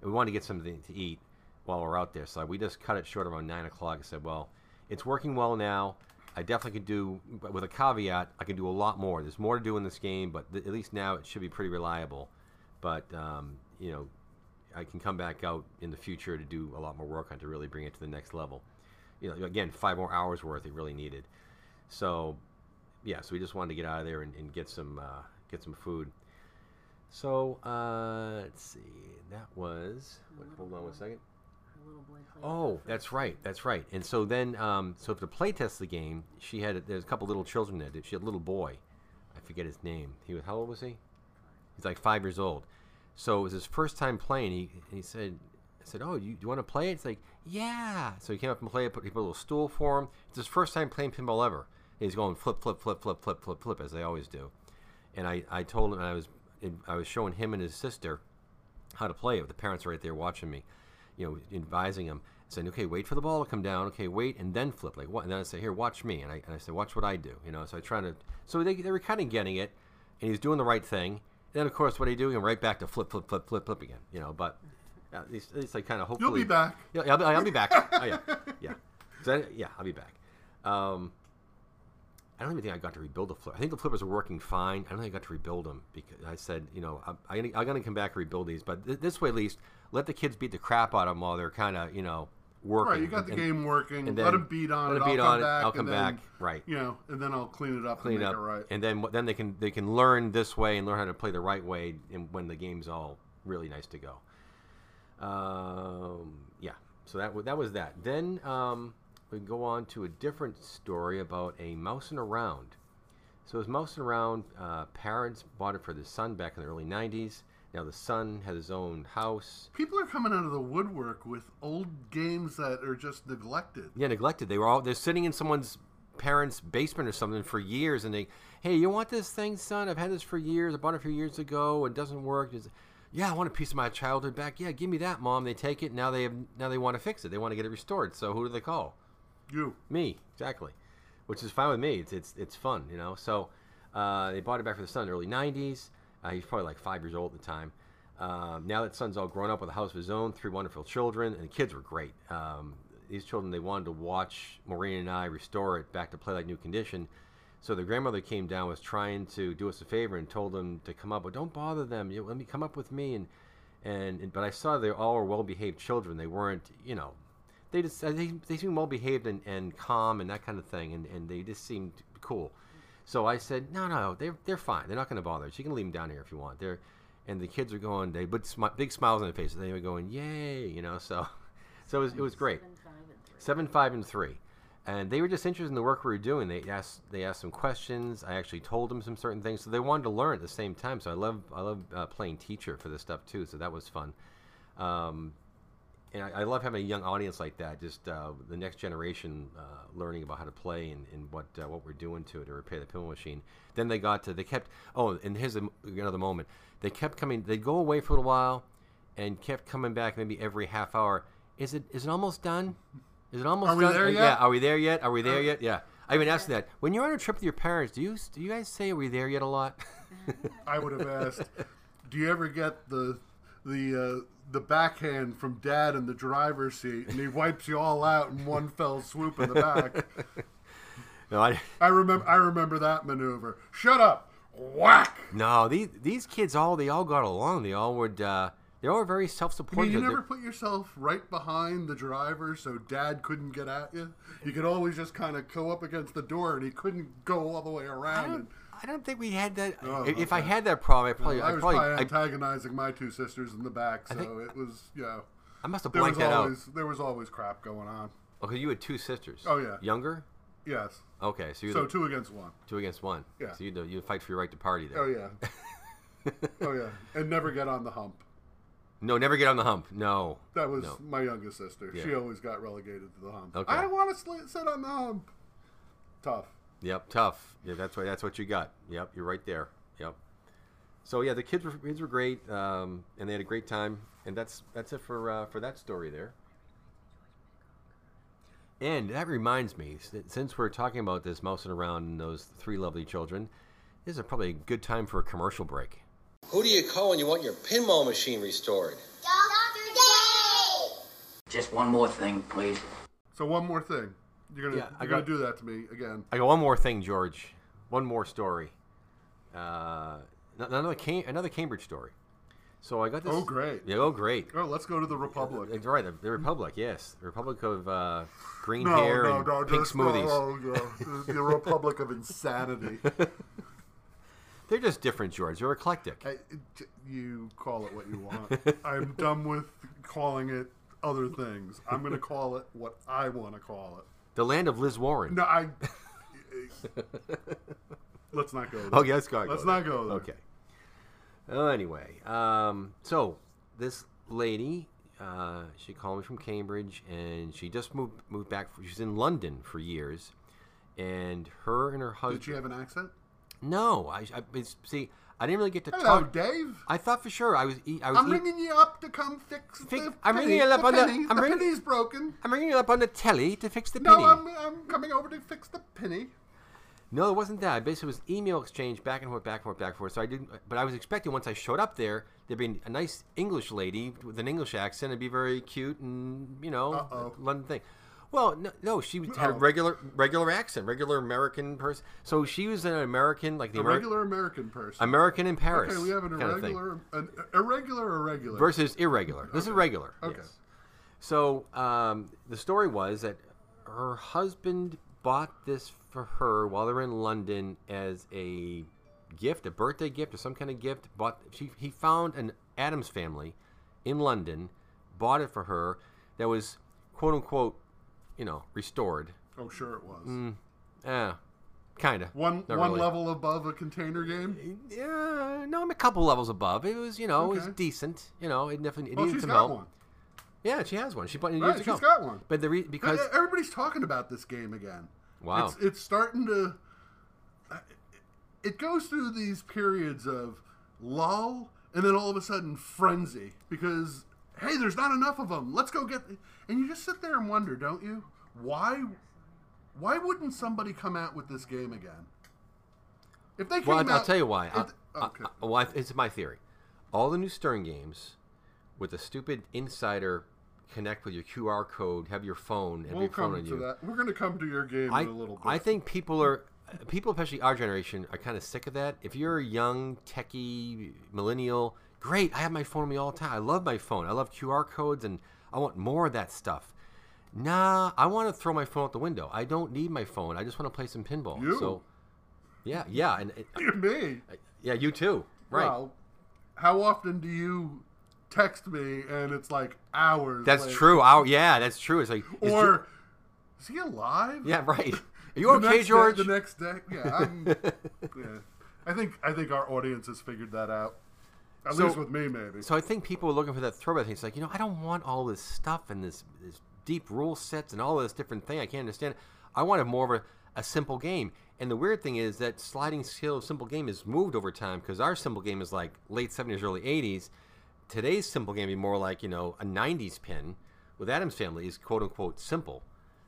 Speaker 2: and we wanted to get something to eat while we're out there. So we just cut it short around nine o'clock and said, "Well, it's working well now. I definitely could do, but with a caveat, I can do a lot more. There's more to do in this game, but th- at least now it should be pretty reliable. But um, you know, I can come back out in the future to do a lot more work on to really bring it to the next level. You know, again, five more hours worth it really needed. So yeah, so we just wanted to get out of there and, and get some uh, get some food. So uh, let's see, that was. Wait, hold on one second.
Speaker 4: The little boy played.
Speaker 2: Oh, that's right, that's right. And so then, um, so to play test the game, she had there's a couple little children there. She had a little boy, I forget his name. He was how old was he? He's like five years old. So it was his first time playing. He he said, I said, oh, you, do you want to play? It's like, yeah. So he came up and played. Put, he put a little stool for him. It's his first time playing pinball ever. And he's going flip, flip, flip, flip, flip, flip, flip, as they always do. And I, I told him, and I was, I was showing him and his sister how to play it. The parents are right there watching me, you know, advising him, saying, "Okay, wait for the ball to come down. Okay, wait, and then flip. Like what?" And then I say, "Here, watch me." And I and I say, "Watch what I do." You know, so I trying to. So they, they were kind of getting it, and he's doing the right thing. And then of course, what do you do? He went right back to flip, flip, flip, flip, flip again. You know, but uh, at least, at least I kind of hopefully
Speaker 1: You'll be back.
Speaker 2: Yeah, I'll, be- I'll be back. oh, yeah, yeah, So I- yeah. I'll be back. Um, I don't even think I got to rebuild the flipper. I think the flippers were working fine. I don't think I got to rebuild them because I said, you know, I'm, I'm gonna- I'm going to come back and rebuild these. But th- this way, at least, let the kids beat the crap out of them while they're kind of, you know, working.
Speaker 1: Right, you got the
Speaker 2: and-
Speaker 1: game working.
Speaker 2: and
Speaker 1: let
Speaker 2: then-
Speaker 1: him beat on
Speaker 2: let
Speaker 1: it.
Speaker 2: him beat
Speaker 1: I'll come
Speaker 2: on it,
Speaker 1: back.
Speaker 2: I'll come
Speaker 1: and then,
Speaker 2: back, right.
Speaker 1: You know, and then I'll clean it up. and
Speaker 2: clean
Speaker 1: make
Speaker 2: up,
Speaker 1: It right.
Speaker 2: and then then they can they can learn this way and learn how to play the right way, and when the game's all really nice to go. Um, yeah, so that wa- that was that. Then um, we go on to a different story about a mousing around. So it was mousing around. Uh, parents bought it for the son back in the early '90s. Now the son has his own house.
Speaker 1: People are coming out of the woodwork with old games that are just neglected.
Speaker 2: Yeah, neglected. They were all they're sitting in someone's parents' basement or something for years, and they, hey, you want this thing, son? I've had this for years. I bought it a few years ago. It doesn't work. It's, yeah, I want a piece of my childhood back. Yeah, give me that, mom. They take it. Now they have, now they want to fix it. They want to get it restored. So who do they call?
Speaker 1: You.
Speaker 2: Me, exactly. Which is fine with me. It's it's, it's fun, you know. So uh, they bought it back for the son in the early 90s. Uh, he's probably like five years old at the time. Um, now that son's all grown up with a house of his own, three wonderful children, and the kids were great. Um, these children, they wanted to watch Maureen and I restore it back to play like new condition. So the grandmother came down, was trying to do us a favor, and told them to come up. But don't bother them. You know, let me come up with me. And, and and but I saw they all were well-behaved children. They weren't, you know, they just uh, they, they seemed well behaved and, and calm and that kind of thing and, and they just seemed cool so i said no no they're, they're fine they're not going to bother us you can leave them down here if you want they're and the kids are going they put smi- big smiles on their faces they were going yay you know so so it was, it was great
Speaker 4: Seven, five, and three.
Speaker 2: seven five and three and they were just interested in the work we were doing they asked they asked some questions i actually told them some certain things so they wanted to learn at the same time so i love i love uh, playing teacher for this stuff too so that was fun um, and I, I love having a young audience like that just uh, the next generation uh, learning about how to play and, and what uh, what we're doing to it to repair the pinball machine then they got to they kept oh and here's a, another moment they kept coming they'd go away for a little while and kept coming back maybe every half hour is it is it almost done is it almost
Speaker 1: Are we
Speaker 2: done?
Speaker 1: there
Speaker 2: Uh,
Speaker 1: yet?
Speaker 2: yeah are we there yet are we there yet yeah I even asked that when you're on a trip with your parents do you do you guys say are we there yet a lot
Speaker 1: I would have asked, "Do you ever get the the uh, the backhand from Dad in the driver's seat, and he wipes you all out in one fell swoop in the back?"
Speaker 2: no I.
Speaker 1: I remember I remember that maneuver. Shut up! Whack!
Speaker 2: No, these these kids all they all got along. They all would. Uh, they all were very
Speaker 1: I mean,
Speaker 2: self-supportive.
Speaker 1: you
Speaker 2: They-
Speaker 1: never put yourself right behind the driver so Dad couldn't get at you. You could always just kind of go up against the door, and he couldn't go all the way
Speaker 2: I
Speaker 1: around.
Speaker 2: don't,
Speaker 1: And,
Speaker 2: I don't think we had that.
Speaker 1: Oh,
Speaker 2: if if I
Speaker 1: okay.
Speaker 2: had that problem, I probably,
Speaker 1: I
Speaker 2: I
Speaker 1: was
Speaker 2: probably,
Speaker 1: probably
Speaker 2: I,
Speaker 1: antagonizing my two sisters in the back, so
Speaker 2: think-
Speaker 1: it was you know
Speaker 2: I must have
Speaker 1: there was
Speaker 2: blanked that out.
Speaker 1: always there was always crap going on.
Speaker 2: Okay, you had two sisters.
Speaker 1: Oh, yeah.
Speaker 2: Younger.
Speaker 1: Yes.
Speaker 2: Okay, so you're
Speaker 1: So
Speaker 2: the two,
Speaker 1: two against one.
Speaker 2: against one.
Speaker 1: Yeah.
Speaker 2: So you know you fight for your right to party there.
Speaker 1: Oh yeah. oh yeah. And never get on the hump.
Speaker 2: No, never get on the hump. No.
Speaker 1: That was
Speaker 2: No.
Speaker 1: my youngest sister. She
Speaker 2: Yeah.
Speaker 1: always got relegated to the hump.
Speaker 2: Okay.
Speaker 1: I don't want to sl- sit on the hump. Tough.
Speaker 2: Yep, tough. Yeah, that's what that's what you got. Yep, you're right there. Yep. So yeah, the kids were kids were great, um, and they had a great time, and that's that's it for uh, for that story there. And that reminds me, s- since we're talking about this mousing around and those three lovely children, this is probably a good time for a commercial break.
Speaker 3: Who do you call when you want your pinball machine restored?
Speaker 7: Dr. Day!
Speaker 8: Just one more thing, please.
Speaker 1: So one more thing. You're gonna
Speaker 2: Yeah, I
Speaker 1: you're gonna
Speaker 2: got-
Speaker 1: do that to me again.
Speaker 2: I got one more thing, George. One more story. Uh, n- another Cam- another Cambridge story. So I got this.
Speaker 1: Oh, great.
Speaker 2: Yeah, oh great.
Speaker 1: Oh, let's go to the Republic.
Speaker 2: It's right, the, the Republic. Yes, the Republic of uh, green
Speaker 1: No,
Speaker 2: hair
Speaker 1: no,
Speaker 2: and
Speaker 1: no,
Speaker 2: pink
Speaker 1: just- no,
Speaker 2: smoothies.
Speaker 1: oh, yeah. The- The Republic of Insanity.
Speaker 2: They're just different, George. They're eclectic.
Speaker 1: I, j- you call it what you want. I'm done with calling it other things. I'm going to call it what I want to call it.
Speaker 2: the land of Liz Warren.
Speaker 1: No, I. let's not go there.
Speaker 2: Oh, yeah, let's go.
Speaker 1: Let's
Speaker 2: there.
Speaker 1: not go there.
Speaker 2: Okay. Well, anyway, um, so this lady, uh, she called me from Cambridge, and she just moved moved back. For, she's in London for years, and her and her husband.
Speaker 1: Did she have an accent?
Speaker 2: no, I, I it's- see. I didn't really get to
Speaker 1: Hello,
Speaker 2: talk.
Speaker 1: Dave.
Speaker 2: I thought for sure I was. Eat, I was. e,
Speaker 1: I'm
Speaker 2: eat-
Speaker 1: ringing you up to come fix
Speaker 2: Fix-
Speaker 1: the
Speaker 2: I'm ringing
Speaker 1: penny.
Speaker 2: it up
Speaker 1: the
Speaker 2: on the-
Speaker 1: penny.
Speaker 2: I'm
Speaker 1: the
Speaker 2: ringing-
Speaker 1: penny's broken.
Speaker 2: I'm ringing it up on the telly to fix the penny.
Speaker 1: No, I'm, I'm coming over to fix the penny.
Speaker 2: No, it wasn't that. Basically, it was email exchange back and forth, back and forth, back and forth. So I didn't, but I was expecting once I showed up there, there'd be a nice English lady with an English accent. It'd be very cute and you know,
Speaker 1: Uh-oh.
Speaker 2: London thing. Well, no, no, she had a
Speaker 1: Oh.
Speaker 2: regular, regular accent, regular American person. So she was an American, like the
Speaker 1: A
Speaker 2: Ameri-
Speaker 1: regular American person.
Speaker 2: American in Paris.
Speaker 1: Okay, we have an
Speaker 2: kinda thing
Speaker 1: irregular, an irregular, irregular.
Speaker 2: versus irregular. This is regular.
Speaker 1: Okay.
Speaker 2: Yes. So um, the story was that her husband bought this for her while they were in London as a gift, a birthday gift or some kind of gift. Bought she, he found an Adams family in London, bought it for her that was quote unquote, you know, restored.
Speaker 1: oh, sure it was.
Speaker 2: Eh, kinda.
Speaker 1: One
Speaker 2: Not
Speaker 1: one
Speaker 2: really.
Speaker 1: level above a container game.
Speaker 2: Yeah, no, I'm a couple levels above. It was, you know, it was
Speaker 1: Okay.
Speaker 2: decent. You know, it definitely it
Speaker 1: Well,
Speaker 2: needed
Speaker 1: she's
Speaker 2: to
Speaker 1: got
Speaker 2: melt.
Speaker 1: one.
Speaker 2: Yeah, she has one. She bought it
Speaker 1: Right,
Speaker 2: years ago.
Speaker 1: she's got one.
Speaker 2: But the re- because
Speaker 1: E- Everybody's talking about this game again.
Speaker 2: Wow.
Speaker 1: it's, it's starting to. It goes through these periods of lull, and then all of a sudden frenzy because hey, there's not enough of them. Let's go get. And you just sit there and wonder, don't you? Why, why wouldn't somebody come out with this game again? If they came
Speaker 2: well,
Speaker 1: out,
Speaker 2: I- I'll tell you why.
Speaker 1: if-
Speaker 2: I- I-
Speaker 1: okay.
Speaker 2: I- well, I- it's my theory. All the new Stern games with the stupid insider connect with your QR code, have your phone, and
Speaker 1: we'll
Speaker 2: your phone
Speaker 1: come
Speaker 2: on
Speaker 1: to
Speaker 2: you.
Speaker 1: that. We're going to come to your game
Speaker 2: I,
Speaker 1: in a little bit.
Speaker 2: I think people are people, especially our generation, are kind of sick of that. If you're a young techie millennial, great. I have my phone on me all the time. I love my phone. I love QR codes, and I want more of that stuff. Nah, I want to throw my phone out the window. I don't need my phone. I just want to play some pinball.
Speaker 1: You.
Speaker 2: So, yeah, yeah, and it,
Speaker 1: You're me.
Speaker 2: yeah, you too. Right.
Speaker 1: Well, how often do you text me and it's like hours?
Speaker 2: that's
Speaker 1: later?
Speaker 2: true. Oh, yeah, that's true. It's like is Ge-
Speaker 1: Or is he alive?
Speaker 2: yeah, right. Are you
Speaker 1: The
Speaker 2: okay,
Speaker 1: next day-
Speaker 2: George?
Speaker 1: the next day, yeah, I'm, yeah. I think I think our audience has figured that out. At
Speaker 2: So-
Speaker 1: least with me, maybe.
Speaker 2: So I think people are looking for that throwback thing. It's like, you know, I don't want all this stuff and this, this deep rule sets and all this different thing. I can't understand. it. I want more of a, a simple game. And the weird thing is that sliding scale of simple game has moved over time because our simple game is like late 70s, early 80s. Today's simple game would be more like, you know, a 90s pin with Adam's Family is quote unquote simple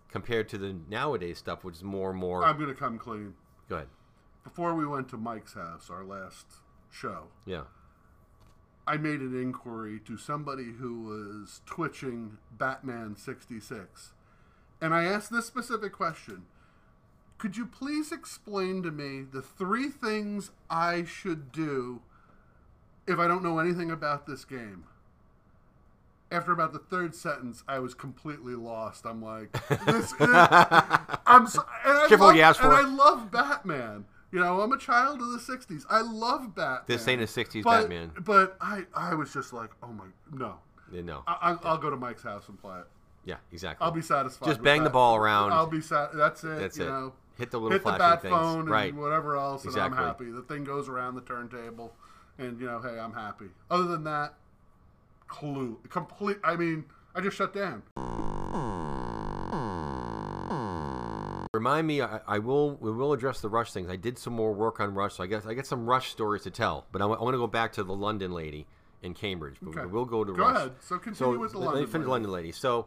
Speaker 2: compared to the nowadays stuff, which is more and more.
Speaker 1: I'm gonna come clean.
Speaker 2: go ahead.
Speaker 1: Before we went to Mike's house, our last show,
Speaker 2: Yeah.
Speaker 1: I made an inquiry to somebody who was twitching Batman 66. And I asked this specific question Could you please explain to me the three things I should do if I don't know anything about this game? After about the third sentence, I was completely lost. I'm like, this is. I'm so, and I
Speaker 2: Careful what
Speaker 1: love,
Speaker 2: you ask
Speaker 1: and
Speaker 2: for.
Speaker 1: I love Batman. You know, I'm a child of the '60s. I love Batman.
Speaker 2: This ain't a 60s
Speaker 1: but,
Speaker 2: Batman.
Speaker 1: But I, I was just like, oh my, no.
Speaker 2: Yeah, No.
Speaker 1: I, I, I'll go to Mike's house and play it.
Speaker 2: yeah, exactly.
Speaker 1: I'll be satisfied.
Speaker 2: Just
Speaker 1: with
Speaker 2: bang the
Speaker 1: that.
Speaker 2: ball around.
Speaker 1: I'll be sat. That's it.
Speaker 2: That's
Speaker 1: you
Speaker 2: it.
Speaker 1: Know,
Speaker 2: Hit the little
Speaker 1: hit the
Speaker 2: flashing
Speaker 1: bat
Speaker 2: things.
Speaker 1: phone and
Speaker 2: Right.
Speaker 1: whatever else, and
Speaker 2: Exactly.
Speaker 1: I'm happy. The thing goes around the turntable, and you know, hey, I'm happy. Other than that, clue complete. I mean, I just shut down.
Speaker 2: Remind me, I, I will. We will address the Rush things. I did some more work on Rush, so I guess I got some Rush stories to tell. But I want to go back to the London lady in Cambridge. But
Speaker 1: Okay.
Speaker 2: we will go to
Speaker 1: Go
Speaker 2: Rush.
Speaker 1: ahead. So continue with the
Speaker 2: let me
Speaker 1: London
Speaker 2: finish
Speaker 1: lady.
Speaker 2: London lady. So,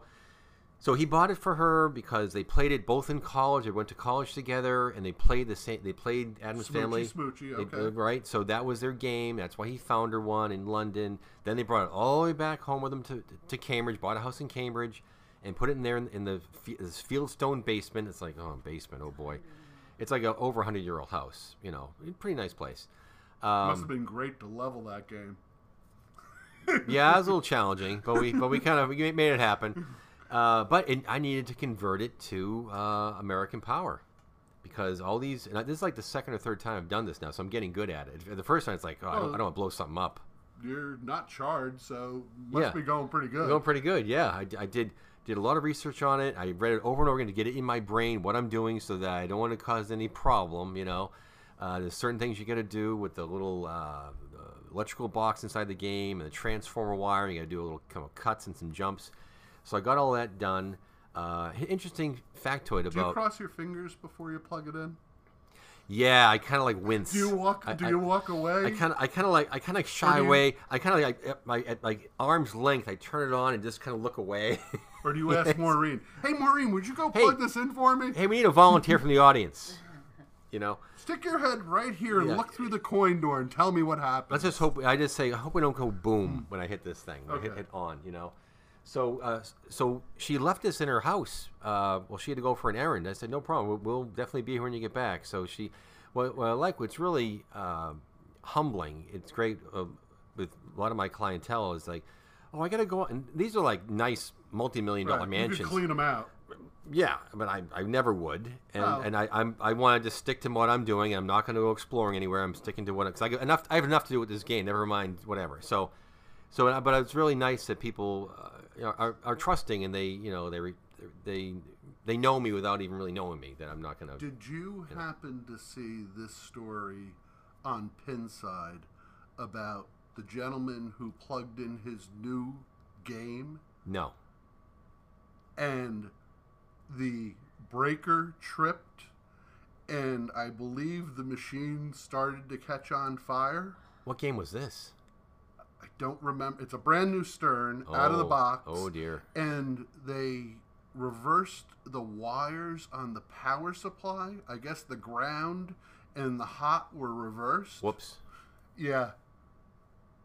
Speaker 2: so he bought it for her because they played it both in college. They went to college together, and they played the same. They played Adam's
Speaker 1: Smoochy,
Speaker 2: Family.
Speaker 1: smoochy,
Speaker 2: They-
Speaker 1: okay.
Speaker 2: right. So that was their game. That's why he found her one in London. Then they brought it all the way back home with them to, to Cambridge. Bought a house in Cambridge, and put it in there in, in the fe- this fieldstone basement. It's like oh basement, oh boy, it's like a over hundred year old house. You know, pretty nice place.
Speaker 1: Must have been great to level that game.
Speaker 2: yeah, it was a little challenging, but we but we kind of we made it happen. Uh, but it, I needed to convert it to uh, American Power because all these and this is like the second or third time I've done this now, so I'm getting good at it. The first time it's like, oh, I don't, I don't want to blow something up.
Speaker 1: You're not charred, so must
Speaker 2: Yeah.
Speaker 1: be going pretty good.
Speaker 2: Going pretty good, yeah. I, I did did a lot of research on it. I read it over and over again to get it in my brain what I'm doing, so that I don't want to cause any problem. You know, uh, there's certain things you got to do with the little uh, the electrical box inside the game and the transformer wire. You got to do a little kind of cuts and some jumps. So I got all that done. Uh, interesting factoid
Speaker 1: do you
Speaker 2: about
Speaker 1: cross your fingers before you plug it in?
Speaker 2: yeah, I kind of like wince.
Speaker 1: Do you walk?
Speaker 2: I-
Speaker 1: do
Speaker 2: I-
Speaker 1: you walk away?
Speaker 2: I kind of, I kind of like, I kind of shy
Speaker 1: do you-
Speaker 2: away. I kind of like, at my, at like arm's length, I turn it on and just kind of look away.
Speaker 1: or do you ask Maureen? Hey, Maureen, would you go
Speaker 2: Hey.
Speaker 1: plug this in for me?
Speaker 2: hey, we need a volunteer from the audience. You know,
Speaker 1: Stick your head right here and
Speaker 2: Yeah.
Speaker 1: look through the coin door and tell me what happened.
Speaker 2: let's just hope. I just say, I hope we don't go boom when I hit this thing. When I hit,
Speaker 1: Okay.
Speaker 2: hit on, you know. So, uh, so she left this in her house. Uh, well, she had to go for an errand. I said, no problem. We'll, we'll definitely be here when you get back. So she, what, what I like, what's really uh, humbling. It's great uh, with a lot of my clientele is like, oh, I gotta go. out," And these are like nice multi-million dollar
Speaker 1: Right, You could
Speaker 2: mansions.
Speaker 1: clean them out.
Speaker 2: Yeah, but I, I never would, and,
Speaker 1: Oh.
Speaker 2: and I I'm, I want to just stick to what I'm doing. I'm not going to go exploring anywhere. I'm sticking to what because I got enough. I have enough to do with this game. Never mind whatever. So, so uh, but it's really nice that people uh, you know, are, are trusting and they you know they re, they they know me without even really knowing me that I'm not going to.
Speaker 1: Did you happen to see this story on Pinside about the gentleman who plugged in his new game
Speaker 2: No,
Speaker 1: and the breaker tripped and I believe the machine started to catch on fire?
Speaker 2: what game was this?
Speaker 1: I don't remember. It's a brand new Stern out of the
Speaker 2: Oh,
Speaker 1: box.
Speaker 2: oh, dear.
Speaker 1: And they reversed the wires on the power supply. I guess the ground and the hot were reversed.
Speaker 2: Whoops.
Speaker 1: Yeah.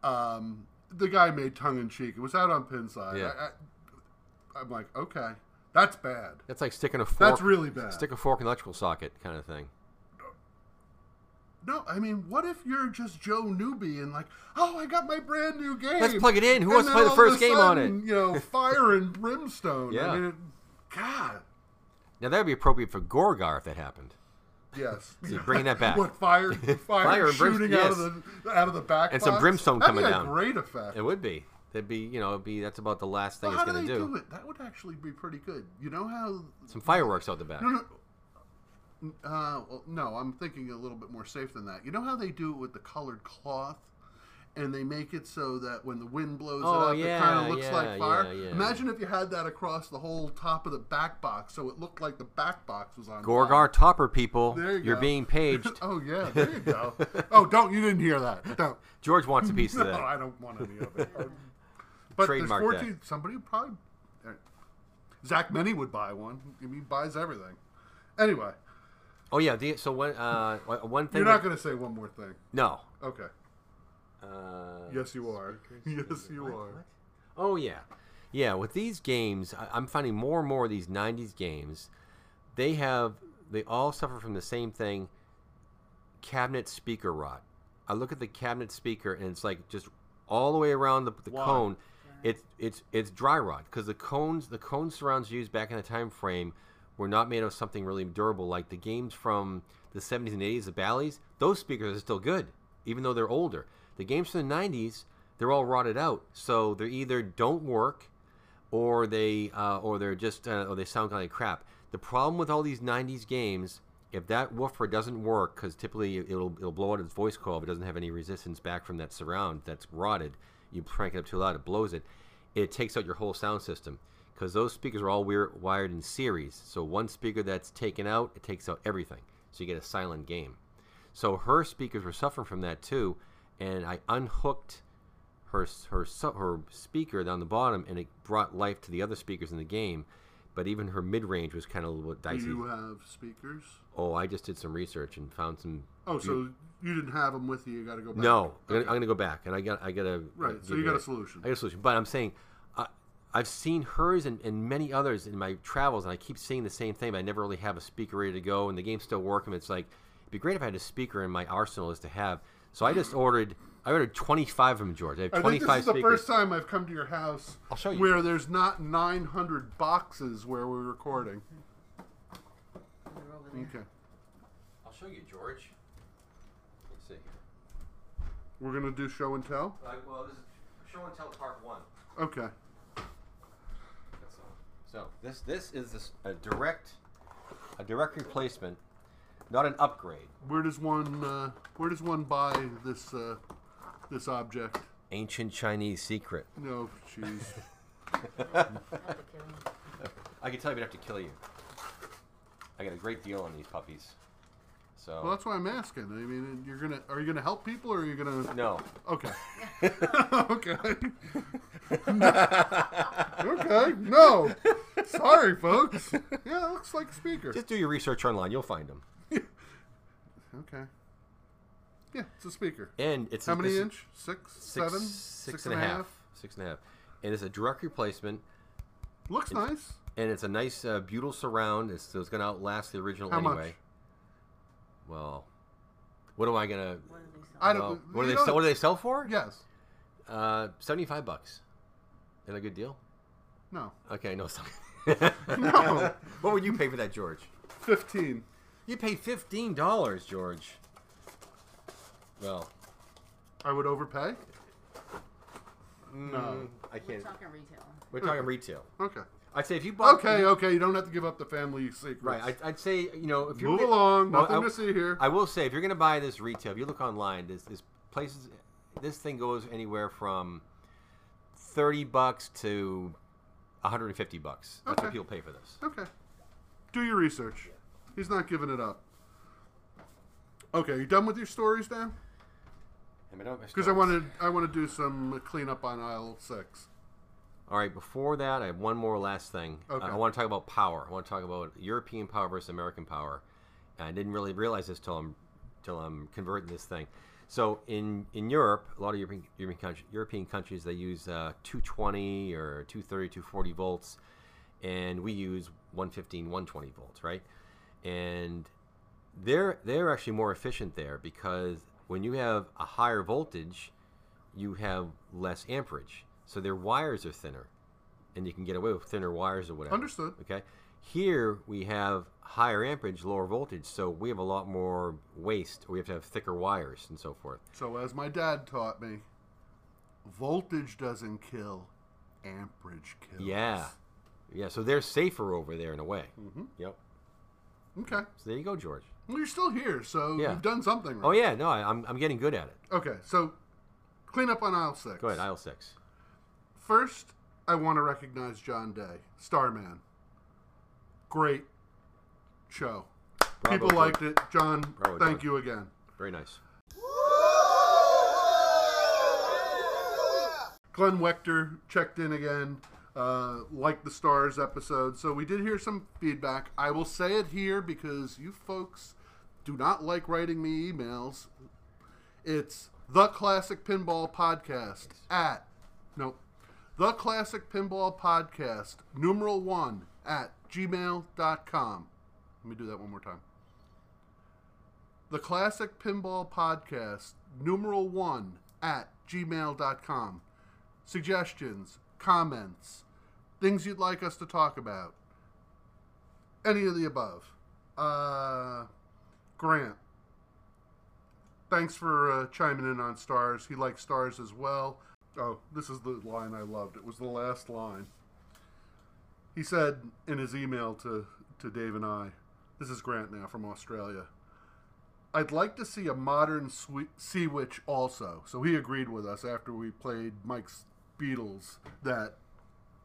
Speaker 1: Um, the guy made tongue in cheek. It was out on Pinside.
Speaker 2: Yeah.
Speaker 1: I, I, I'm like, okay, that's bad.
Speaker 2: That's like sticking a fork.
Speaker 1: That's really bad.
Speaker 2: Stick a fork in the electrical socket kind of thing.
Speaker 1: No, I mean, what if you're just Joe Newby and like, oh, I got my brand new game.
Speaker 2: Let's plug it in. Who
Speaker 1: And
Speaker 2: wants to
Speaker 1: then
Speaker 2: play the
Speaker 1: all of a
Speaker 2: first game on it?
Speaker 1: sudden, You know, fire and brimstone.
Speaker 2: Yeah.
Speaker 1: I mean, it- God.
Speaker 2: Now that would be appropriate for Gorgar if that happened.
Speaker 1: Yes.
Speaker 2: See, bringing that back.
Speaker 1: what fire? Fire,
Speaker 2: Fire and brimst-
Speaker 1: shooting out of the out of the back.
Speaker 2: And some
Speaker 1: box?
Speaker 2: brimstone
Speaker 1: That'd be
Speaker 2: coming
Speaker 1: a
Speaker 2: down.
Speaker 1: Great effect.
Speaker 2: It would be. That'd be you know it'd be that's about the last thing
Speaker 1: Well,
Speaker 2: it's
Speaker 1: how do
Speaker 2: going
Speaker 1: they
Speaker 2: to
Speaker 1: do. it? That would actually be pretty good. You know how?
Speaker 2: some fireworks out the back.
Speaker 1: No, no. Uh, well, no, I'm thinking a little bit more safe than that. You know how they do it with the colored cloth, and they make it so that when the wind blows
Speaker 2: Oh,
Speaker 1: it up,
Speaker 2: yeah,
Speaker 1: it kind of looks
Speaker 2: yeah,
Speaker 1: like fire.
Speaker 2: yeah, yeah.
Speaker 1: Imagine if you had that across the whole top of the back box, so it looked like the back box was on. fire.
Speaker 2: Gorgar topper people,
Speaker 1: There you
Speaker 2: you are
Speaker 1: go.
Speaker 2: being paged.
Speaker 1: oh yeah, there you go. oh, don't you didn't hear that? Don't.
Speaker 2: George wants a piece of
Speaker 1: No,
Speaker 2: that.
Speaker 1: I don't want any of it. Um, But
Speaker 2: Trademark
Speaker 1: there's
Speaker 2: that.
Speaker 1: 14. Somebody would probably. uh, Zach Many would buy one. He buys everything. Anyway,
Speaker 2: Oh yeah. The, so one uh, one thing.
Speaker 1: you're not
Speaker 2: that-
Speaker 1: going to say one more thing.
Speaker 2: no.
Speaker 1: Okay.
Speaker 2: Uh,
Speaker 1: Yes, you are. Yes, you are.
Speaker 2: Oh yeah, yeah. With these games, I, I'm finding more and more of these '90s games. They have they all suffer from the same thing: cabinet speaker rot. I look at the cabinet speaker, and it's like just all the way around the, the
Speaker 1: Why?
Speaker 2: cone. It's it's it's dry rot because the cones the cone surrounds used back in the time frame were not made of something really durable like the games from the 70s and 80s, the Bally's. Those speakers are still good, even though they're older. The games from the 90s, they're all rotted out, so they either don't work, or they uh, or they're just uh, or they sound kind of crap. The problem with all these '90s games, if that woofer doesn't work, because typically it'll it'll blow out its voice coil if it doesn't have any resistance back from that surround that's rotted. You crank it up too loud, it blows it. It takes out your whole sound system because those speakers are all weird, wired in series. So one speaker that's taken out, it takes out everything. So you get a silent game. So her speakers were suffering from that too, and I unhooked her her su- her speaker down the bottom, and it brought life to the other speakers in the game. But even her mid range was kind of a little bit
Speaker 1: Do
Speaker 2: dicey.
Speaker 1: you have speakers?
Speaker 2: Oh, I just did some research and found some.
Speaker 1: Oh, so you didn't have them with you. You got to go back.
Speaker 2: No, I'm gonna- I'm gonna go back, and I got I got a
Speaker 1: Right, so you got a solution.
Speaker 2: I got a solution, but I'm saying I, I've seen hers and, and many others in my travels, and I keep seeing the same thing. But I never really have a speaker ready to go, and the game's still working. It's like it'd be great if I had a speaker in my arsenal is to have So I just ordered. I ordered 25 of them, George. I have
Speaker 1: I think
Speaker 2: 25
Speaker 1: this is the
Speaker 2: speakers.
Speaker 1: first time I've come to your house
Speaker 2: I'll show you.
Speaker 1: where there's not 900 boxes where we're recording.
Speaker 4: They're over there.
Speaker 1: Okay.
Speaker 2: I'll show you, George. Let's see.
Speaker 1: We're going to do show and tell?
Speaker 2: Uh, well, this is show and tell part one.
Speaker 1: Okay.
Speaker 2: That's all. So this this is this, a direct a direct replacement, not an upgrade.
Speaker 1: Where does one uh, where does one buy this uh, this object?
Speaker 2: Ancient Chinese secret.
Speaker 1: No, jeez.
Speaker 4: Have to kill 'em.
Speaker 2: I can tell you, but I have to kill you. I got a great deal on these puppies. So
Speaker 1: well, that's why I'm asking. I mean, you're going to are you going to help people or are you going to
Speaker 2: no.
Speaker 1: Okay. okay. okay. No. Sorry, folks. Yeah, it looks like a speaker.
Speaker 2: Just do your research online. You'll find them.
Speaker 1: Okay. Yeah, it's a speaker.
Speaker 2: And it's
Speaker 1: How many
Speaker 2: it's-
Speaker 1: inch? Six,
Speaker 2: Six,
Speaker 1: seven,
Speaker 2: six and a half. Six and a half. And it's a direct replacement,
Speaker 1: Looks nice.
Speaker 2: and it's a nice, uh, beautiful surround. It's, so it's going to outlast the original
Speaker 1: How
Speaker 2: anyway.
Speaker 1: much?
Speaker 2: Well, what am I going to?
Speaker 4: What are these
Speaker 1: I
Speaker 2: Well,
Speaker 1: don't.
Speaker 2: what do
Speaker 1: you
Speaker 2: they
Speaker 1: know
Speaker 2: sell? What do they sell for?
Speaker 1: that- Yes.
Speaker 2: uh, seventy-five bucks. Isn't that a good deal?
Speaker 1: No.
Speaker 2: Okay, no. Sorry.
Speaker 1: No.
Speaker 2: What would you pay for that, George?
Speaker 1: Fifteen.
Speaker 2: You pay fifteen dollars, George. Well,
Speaker 1: I would overpay.
Speaker 2: Mm-hmm.
Speaker 1: No.
Speaker 2: mm, I
Speaker 4: We're
Speaker 2: can't.
Speaker 4: talking retail.
Speaker 2: We're talking retail.
Speaker 1: Okay.
Speaker 2: I'd say if you bought
Speaker 1: Okay. Okay. You don't have to give up the family secrets.
Speaker 2: Right. I'd, I'd say you know if you
Speaker 1: Move along.
Speaker 2: Well,
Speaker 1: Nothing
Speaker 2: I-
Speaker 1: to see here.
Speaker 2: I will say if you're going to buy this retail, if you look online, this this places this thing goes anywhere from thirty bucks to one hundred and fifty bucks. That's what
Speaker 1: Okay.
Speaker 2: people pay for this.
Speaker 1: okay. Do your research. He's not giving it up. Okay. You done with your stories, Dan? Because I wanted I want to do some cleanup on aisle six.
Speaker 2: All right. Before that, I have one more last thing. Uh,
Speaker 1: Okay.
Speaker 2: I want to talk about power. I want to talk about European power versus American power. And I didn't really realize this till I'm till I'm converting this thing. So in in Europe, a lot of European European, country, European countries they use uh, 220 or 230, 240 volts, and we use 115, 120 volts, right? And they're they're actually more efficient there because when you have a higher voltage, you have less amperage, so their wires are thinner, and you can get away with thinner wires or whatever.
Speaker 1: Understood.
Speaker 2: Okay. Here we have higher amperage, lower voltage, so we have a lot more waste. We have to have thicker wires and so forth.
Speaker 1: So as my dad taught me, voltage doesn't kill, amperage kills.
Speaker 2: Yeah, yeah. So they're safer over there in a way. Mm-hmm. Yep.
Speaker 1: Okay.
Speaker 2: So there you go, George.
Speaker 1: Well, you're still here, so
Speaker 2: Yeah.
Speaker 1: you've done something right.
Speaker 2: Oh yeah, no, I, I'm I'm getting good at it.
Speaker 1: Okay, so clean up on aisle six.
Speaker 2: Go ahead, aisle six.
Speaker 1: First, I want to recognize John Day, Starman. Great show.
Speaker 2: Bravo,
Speaker 1: People
Speaker 2: John.
Speaker 1: liked it. John,
Speaker 2: Bravo,
Speaker 1: thank
Speaker 2: John.
Speaker 1: you again.
Speaker 2: Very nice.
Speaker 1: Glenn Wechter checked in again, uh, liked the Stars episode. So we did hear some feedback. I will say it here because you folks do not like writing me emails. It's the Classic Pinball Podcast at no, the Classic Pinball Podcast numeral one at gmail.com. Let me do that one more time. The Classic Pinball Podcast, numeral one at gmail.com. Suggestions, comments, things you'd like us to talk about, any of the above. Uh, Grant, thanks for uh, chiming in on stars. He likes stars as well. Oh, this is the line I loved. It was the last line. He said in his email to, to Dave and I, this is Grant now from Australia. I'd like to see a modern swe- Sea Witch also. So he agreed with us after we played Mike's Beatles that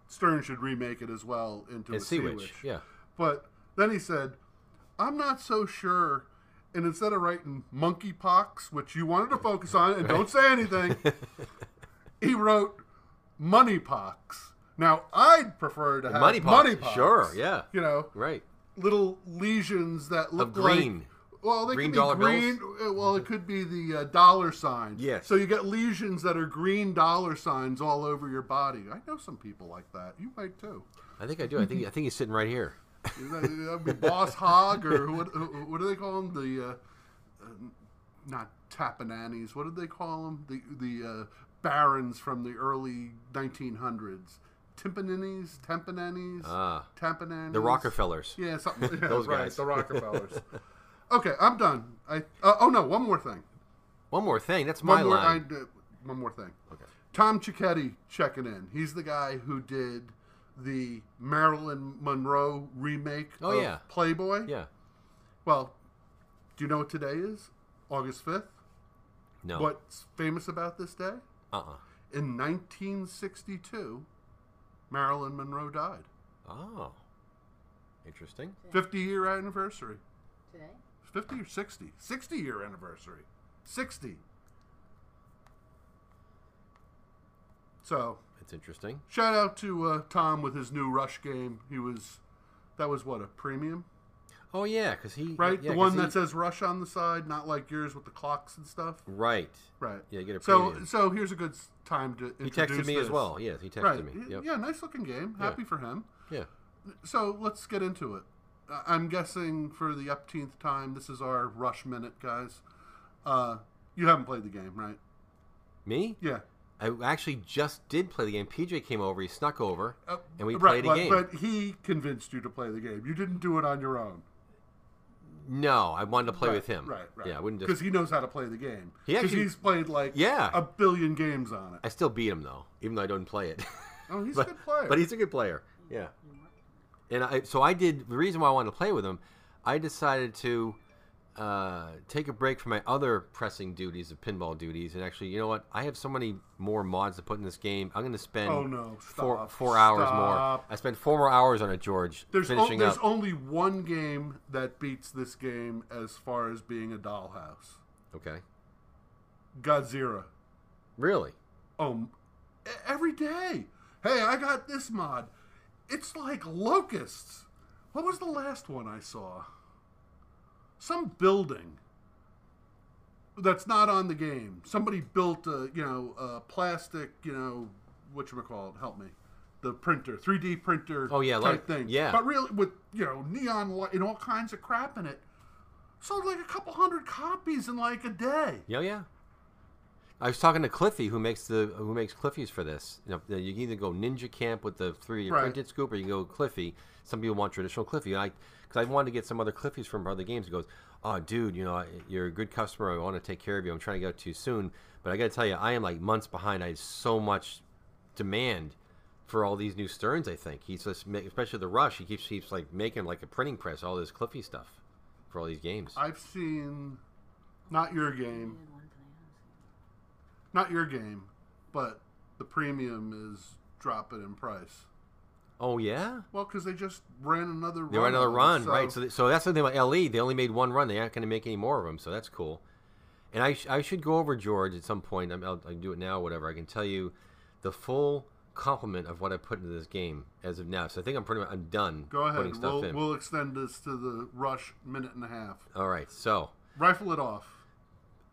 Speaker 1: Stern should remake it as well into
Speaker 2: And
Speaker 1: a Sea
Speaker 2: Seawitch,
Speaker 1: Witch.
Speaker 2: yeah.
Speaker 1: But then he said, I'm not so sure. And instead of writing monkeypox, which you wanted to focus on and don't say anything, he wrote moneypox. Now, I'd prefer to have
Speaker 2: Money
Speaker 1: moneypox.
Speaker 2: pot. Sure. Yeah.
Speaker 1: You know,
Speaker 2: Right.
Speaker 1: little lesions that look
Speaker 2: green.
Speaker 1: like well, they
Speaker 2: Green
Speaker 1: could
Speaker 2: dollar
Speaker 1: be green. uh, Well, it could be the uh, dollar sign.
Speaker 2: Yes.
Speaker 1: So you get lesions that are green dollar signs all over your body. I know some people like that. You might too.
Speaker 2: I think I do. I think I think he's sitting right here.
Speaker 1: That would be Boss Hog or what? What do they call him? The uh, uh, not tapanannies. What did they call them? The the uh, barons from the early 1900s. Timpaninnies, Tampanannies,
Speaker 2: Ah.
Speaker 1: Tampanannies.
Speaker 2: The Rockefellers.
Speaker 1: Yeah, something. yeah,
Speaker 2: Those
Speaker 1: right,
Speaker 2: guys.
Speaker 1: the Rockefellers. okay, I'm done. I uh, oh no, one more thing.
Speaker 2: One more thing. That's my
Speaker 1: One more, I,
Speaker 2: line.
Speaker 1: uh, one more thing. Okay. Tom Cicchetti checking in. He's the guy who did the Marilyn Monroe remake
Speaker 2: Oh,
Speaker 1: of
Speaker 2: yeah.
Speaker 1: Playboy.
Speaker 2: yeah.
Speaker 1: Well, do you know what today is? August 5th.
Speaker 2: No.
Speaker 1: What's famous about this day?
Speaker 2: Uh uh
Speaker 1: In 1962, Marilyn Monroe died.
Speaker 2: Oh. Interesting.
Speaker 1: 50 year anniversary.
Speaker 4: Today?
Speaker 1: 50 or 60? 60 year anniversary. 60. So,
Speaker 2: That's interesting.
Speaker 1: shout out to uh, Tom with his new Rush game. He was, that was what, a premium?
Speaker 2: Oh yeah, because he
Speaker 1: Right? the
Speaker 2: yeah, 'cause
Speaker 1: one
Speaker 2: he-
Speaker 1: that says Rush on the side, not like yours with the clocks and stuff.
Speaker 2: right.
Speaker 1: Right.
Speaker 2: Yeah, you get a
Speaker 1: So,
Speaker 2: preview.
Speaker 1: so here's a good s- time to
Speaker 2: He
Speaker 1: introduce
Speaker 2: texted me
Speaker 1: this.
Speaker 2: as well. Yes, he texted
Speaker 1: Right.
Speaker 2: me.
Speaker 1: Y-
Speaker 2: Yep.
Speaker 1: Yeah, nice looking game. Happy for him.
Speaker 2: yeah.
Speaker 1: So let's get into it. I- I'm guessing for the upteenth time, this is our rush minute, guys. Uh, you haven't played the game, right?
Speaker 2: Me?
Speaker 1: Yeah.
Speaker 2: I actually just did play the game. PJ came over. He snuck over,
Speaker 1: Uh,
Speaker 2: and we
Speaker 1: right,
Speaker 2: played a
Speaker 1: but,
Speaker 2: game.
Speaker 1: But he convinced you to play the game. You didn't do it on your own.
Speaker 2: no, I wanted to play with him.
Speaker 1: Right, right.
Speaker 2: Yeah, I wouldn't
Speaker 1: Because
Speaker 2: just.
Speaker 1: he knows how to play the game.
Speaker 2: He
Speaker 1: Because
Speaker 2: actually-
Speaker 1: he's played like
Speaker 2: Yeah.
Speaker 1: a billion games on
Speaker 2: I
Speaker 1: it.
Speaker 2: still beat him though, even though I don't play it.
Speaker 1: Oh, he's
Speaker 2: but,
Speaker 1: a good player.
Speaker 2: But he's a good player. Yeah. And I, so I did. The reason why I wanted to play with him, I decided to uh, take a break from my other pressing duties of pinball duties, and actually, you know what? I have so many more mods to put in this game. I'm going to spend
Speaker 1: Oh, no.
Speaker 2: four
Speaker 1: Stop.
Speaker 2: four hours more.
Speaker 1: Stop.
Speaker 2: I spent four more hours on it, George.
Speaker 1: There's, o-
Speaker 2: finishing
Speaker 1: there's
Speaker 2: up.
Speaker 1: only one game that beats this game as far as being a dollhouse.
Speaker 2: okay.
Speaker 1: Godzilla.
Speaker 2: Really?
Speaker 1: Um, e- every day. Hey, I got this mod. It's like locusts. What was the last one I saw? Some building that's not on the game. Somebody built a you know a plastic you know what you call it. Help me. The printer, 3D printer.
Speaker 2: Oh, yeah,
Speaker 1: type
Speaker 2: like-
Speaker 1: thing.
Speaker 2: yeah.
Speaker 1: but really with you know neon light and all kinds of crap in it. Sold like a couple hundred copies in like a day.
Speaker 2: Yeah, yeah. I was talking to Cliffy, who makes the who makes Cliffies for this. You, know, you can either go Ninja Camp with the three D
Speaker 1: Right.
Speaker 2: printed scoop, or you can go Cliffy. Some people want traditional Cliffy, and I because I wanted to get some other Cliffies from other games. He goes, "Oh, dude, you know I- you're a good customer. I want to take care of you. I'm trying to get out to you soon, but I got to tell you, I am like months behind. I have so much demand for all these new Sterns. I think he's just ma- especially the Rush. He keeps keeps like making like a printing press all this Cliffy stuff for all these games.
Speaker 1: I've seen not your game, not your game, but the premium is dropping in price.
Speaker 2: oh yeah.
Speaker 1: Well, because they just ran another.
Speaker 2: They
Speaker 1: run
Speaker 2: ran another
Speaker 1: of it,
Speaker 2: run, right? So, th- so that's the thing about LE. They only made one run. They aren't going to make any more of them, so that's cool. And I, sh- I should go over George at some point. I'm, I'll, I can do it now, whatever. I can tell you the full complement of what I put into this game as of now. So I think I'm pretty much I'm done.
Speaker 1: go
Speaker 2: Putting
Speaker 1: ahead.
Speaker 2: stuff
Speaker 1: We'll,
Speaker 2: in.
Speaker 1: we'll extend this to the rush minute and a half.
Speaker 2: All right. So
Speaker 1: Rifle it off.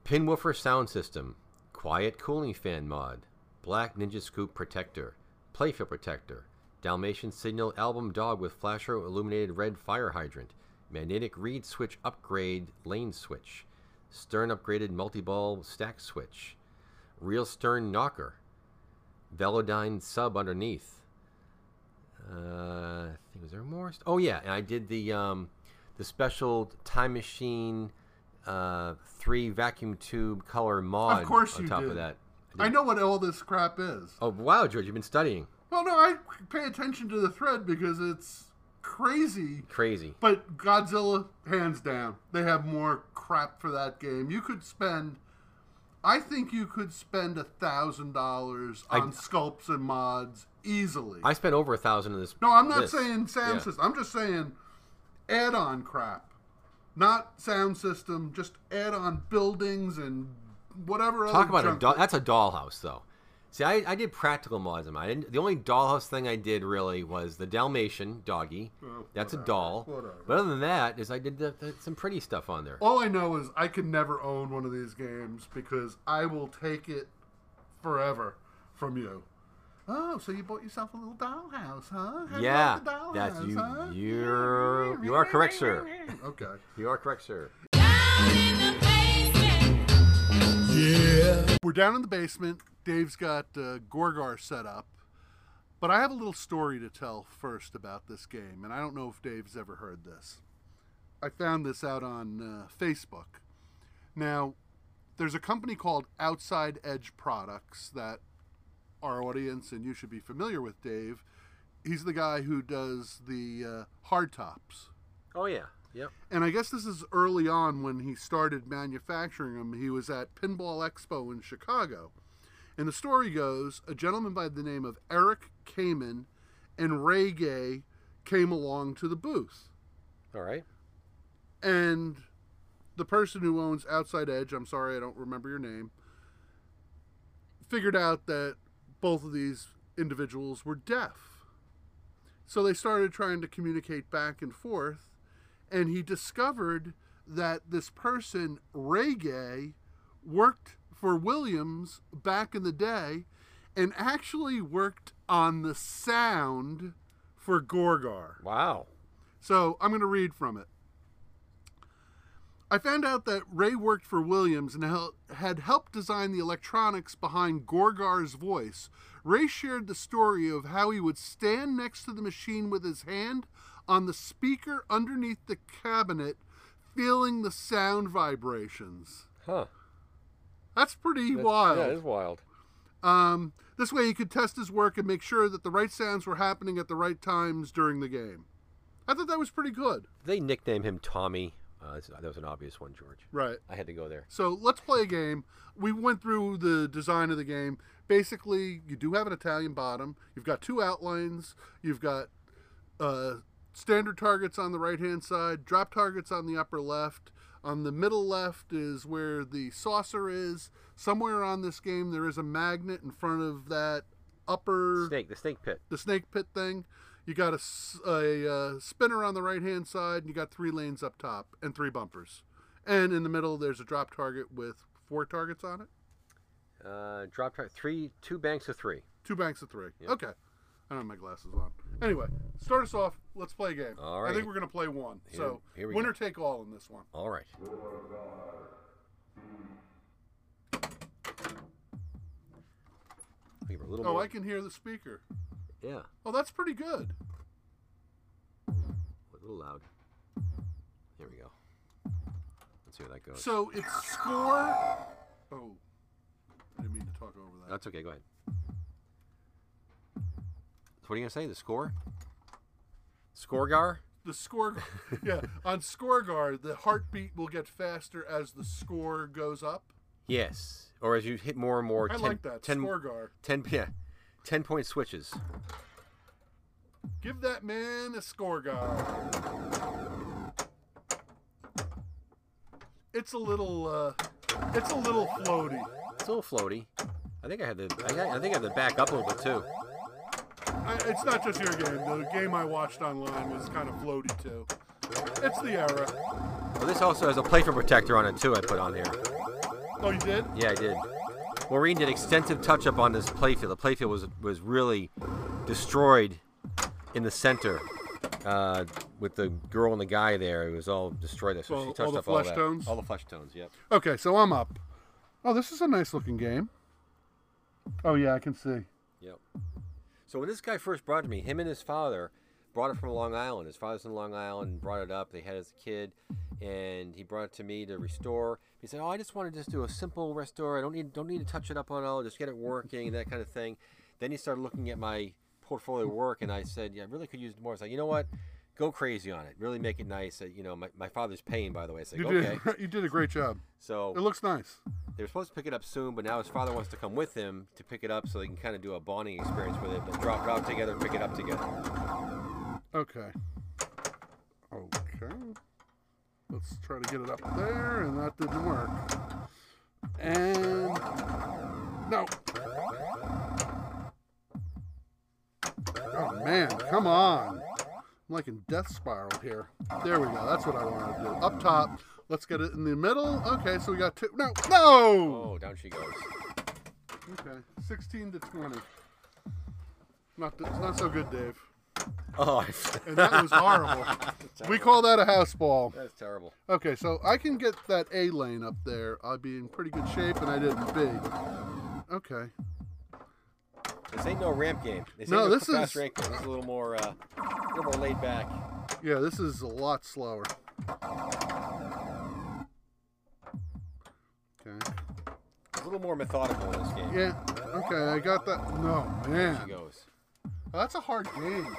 Speaker 2: Pinwoofer Sound System, Quiet Cooling Fan Mod, Black Ninja Scoop Protector, Playfield Protector, Dalmatian Signal Album Dog with Flasher Illuminated Red Fire Hydrant, Magnetic Reed Switch Upgrade Lane Switch, Stern Upgraded Multi Ball Stack Switch, Real Stern Knocker, Velodyne Sub Underneath. Uh, I think was there more? st- Oh yeah, and I did the um, the special Time Machine uh, three vacuum tube color mod.
Speaker 1: Of course
Speaker 2: on
Speaker 1: you
Speaker 2: top
Speaker 1: did.
Speaker 2: of that.
Speaker 1: I know what all this crap is.
Speaker 2: Oh wow, George, you've been studying.
Speaker 1: Well, no, I pay attention to the thread because it's crazy.
Speaker 2: Crazy.
Speaker 1: But Godzilla, hands down, they have more crap for that game. You could spend, I think you could spend a thousand dollars
Speaker 2: I-
Speaker 1: on sculpts and mods easily.
Speaker 2: I spent over a thousand of this.
Speaker 1: no, I'm not
Speaker 2: this.
Speaker 1: saying sound
Speaker 2: Yeah.
Speaker 1: system. I'm just saying add-on crap, not sound system. Just add-on buildings and whatever.
Speaker 2: Talk
Speaker 1: other
Speaker 2: about a
Speaker 1: junk-
Speaker 2: doll. That's a dollhouse, though. See, I, I did practical mods in mine. I didn't, the only dollhouse thing I did really was the Dalmatian doggy. That's a doll.
Speaker 1: whatever.
Speaker 2: But other than that, is I did the, the, some pretty stuff on there.
Speaker 1: All I know is I can never own one of these games because I will take it forever from you. Oh, so you bought yourself a little dollhouse, huh? How
Speaker 2: yeah,
Speaker 1: about the
Speaker 2: that's
Speaker 1: dollhouse,
Speaker 2: you.
Speaker 1: huh?
Speaker 2: You're you are correct, sir.
Speaker 1: Okay.
Speaker 2: You are correct, sir.
Speaker 7: Down in the basement,
Speaker 1: we're down in the basement. Dave's got uh, Gorgar set up. But I have a little story to tell first about this game, and I don't know if Dave's ever heard this. I found this out on uh, Facebook. Now, there's a company called Outside Edge Products that our audience and you should be familiar with, Dave. He's the guy who does the uh, hard tops.
Speaker 2: Oh yeah. Yep.
Speaker 1: And I guess this is early on when he started manufacturing them. He was at Pinball Expo in Chicago. And the story goes a gentleman by the name of Eric Kamen and Ray Gay came along to the booth.
Speaker 2: All right.
Speaker 1: And the person who owns Outside Edge, I'm sorry, I don't remember your name, figured out that both of these individuals were deaf. So they started trying to communicate back and forth, and he discovered that this person, Reggae, worked for Williams back in the day and actually worked on the sound for Gorgar.
Speaker 2: Wow.
Speaker 1: So I'm going to read from it. I found out that Ray worked for Williams and hel- had helped design the electronics behind Gorgar's voice. Ray shared the story of how he would stand next to the machine with his hand on the speaker underneath the cabinet, feeling the sound vibrations.
Speaker 2: Huh.
Speaker 1: That's pretty
Speaker 2: That's-
Speaker 1: wild.
Speaker 2: Yeah, it is wild.
Speaker 1: Um, this way, he could test his work and make sure that the right sounds were happening at the right times during the game. I thought that was pretty good.
Speaker 2: They nickname him Tommy. Uh, that's- that was an obvious one, George.
Speaker 1: Right.
Speaker 2: I had to go there.
Speaker 1: So let's play a game. We went through the design of the game. Basically, you do have an Italian bottom. You've got two outlines. You've got uh, standard targets on the right hand side, drop targets on the upper left. On the middle left is where the saucer is. Somewhere on this game, there is a magnet in front of that upper
Speaker 2: Snake, the snake pit.
Speaker 1: the snake pit thing. You got a, s- a, uh, spinner on the right hand side, and you got three lanes up top and three bumpers. And in the middle, there's a drop target with four targets on it,
Speaker 2: Uh, drop target three, two banks of three.
Speaker 1: two banks of three. Okay. I don't have my glasses on. Anyway, start us off. Let's play a game.
Speaker 2: All
Speaker 1: I think
Speaker 2: right.
Speaker 1: we're going to play one.
Speaker 2: Here-
Speaker 1: so,
Speaker 2: here we
Speaker 1: winner
Speaker 2: go.
Speaker 1: take all in this one.
Speaker 2: All right. We were a little
Speaker 1: Oh,
Speaker 2: more.
Speaker 1: I can hear the speaker.
Speaker 2: Yeah,
Speaker 1: Oh, that's pretty good.
Speaker 2: a little loud. There we go. Let's see how that goes.
Speaker 1: So, it's score. Oh, I didn't mean to talk over that.
Speaker 2: That's okay. Go ahead. So what are you gonna say? The score? Scoregar?
Speaker 1: the score yeah on score guard the heartbeat will get faster as the score goes up
Speaker 2: Yes. Or as you hit more and more.
Speaker 1: i
Speaker 2: 10,
Speaker 1: like that
Speaker 2: 10,
Speaker 1: score guard
Speaker 2: 10 yeah, ten point switches.
Speaker 1: give that man a score guard it's a little uh it's a little floaty
Speaker 2: It's a little floaty. I think I had the. I, got- I think I had to back up a little bit too.
Speaker 1: I, it's not just your game the game i watched online was kind of floaty too it's the era
Speaker 2: Well, this also has a playfield protector on it too. I put on here.
Speaker 1: oh you did
Speaker 2: Yeah, I did. Maureen did extensive touch-up on this playfield. The playfield was was really destroyed in the center uh, with the girl and the guy there. It was all destroyed. There, so
Speaker 1: Well,
Speaker 2: she
Speaker 1: all
Speaker 2: touched
Speaker 1: the
Speaker 2: up all
Speaker 1: flesh
Speaker 2: that.
Speaker 1: tones?
Speaker 2: All the flesh tones. Yep.
Speaker 1: okay so i'm up oh this is a nice looking game oh yeah i can see
Speaker 2: Yep. So when this guy first brought it to me, him and his father brought it from Long Island. His father's in Long Island, brought it up. They had it as a kid, and he brought it to me to restore. He said, "Oh, I just want to just do a simple restore. I don't need don't need to touch it up on all. Just get it working and that kind of thing." Then he started looking at my portfolio of work, and I said, "Yeah, I really could use more." I was like, "You know what?" Go crazy on it. Really make it nice. Uh, You know, my, my father's paying, by the way. It's like,
Speaker 1: you
Speaker 2: okay.
Speaker 1: did you did a great job
Speaker 2: So
Speaker 1: it looks nice
Speaker 2: they were supposed to pick it up soon, but now his father wants to come with him to pick it up so they can kind of do a bonding experience with it, but drop it out together, pick it up together.
Speaker 1: Okay. Okay. Let's try to get it up there, and that didn't work. And no. Oh man, come on! I'm like in death spiral here. There we go. That's what I wanted to do. Up top. Let's get it in the middle. Okay, so we got two. No, no.
Speaker 2: Oh, down she goes.
Speaker 1: Okay, 16 to 20. Not th- it's not so good, Dave.
Speaker 2: Oh,
Speaker 1: and that was horrible. we call that a house ball.
Speaker 2: that's terrible.
Speaker 1: Okay, so I can get that A lane up there. I'd be in pretty good shape, and I didn't B. Okay.
Speaker 2: This ain't no ramp game. This ain't
Speaker 1: No, this
Speaker 2: fast
Speaker 1: is-
Speaker 2: ramp game. This is a little more, uh, a little more laid back.
Speaker 1: Yeah, this is a lot slower. Okay.
Speaker 2: A little more methodical in this game.
Speaker 1: Yeah. Okay, I got that. No,
Speaker 2: It
Speaker 1: man.
Speaker 2: goes.
Speaker 1: That's a hard game.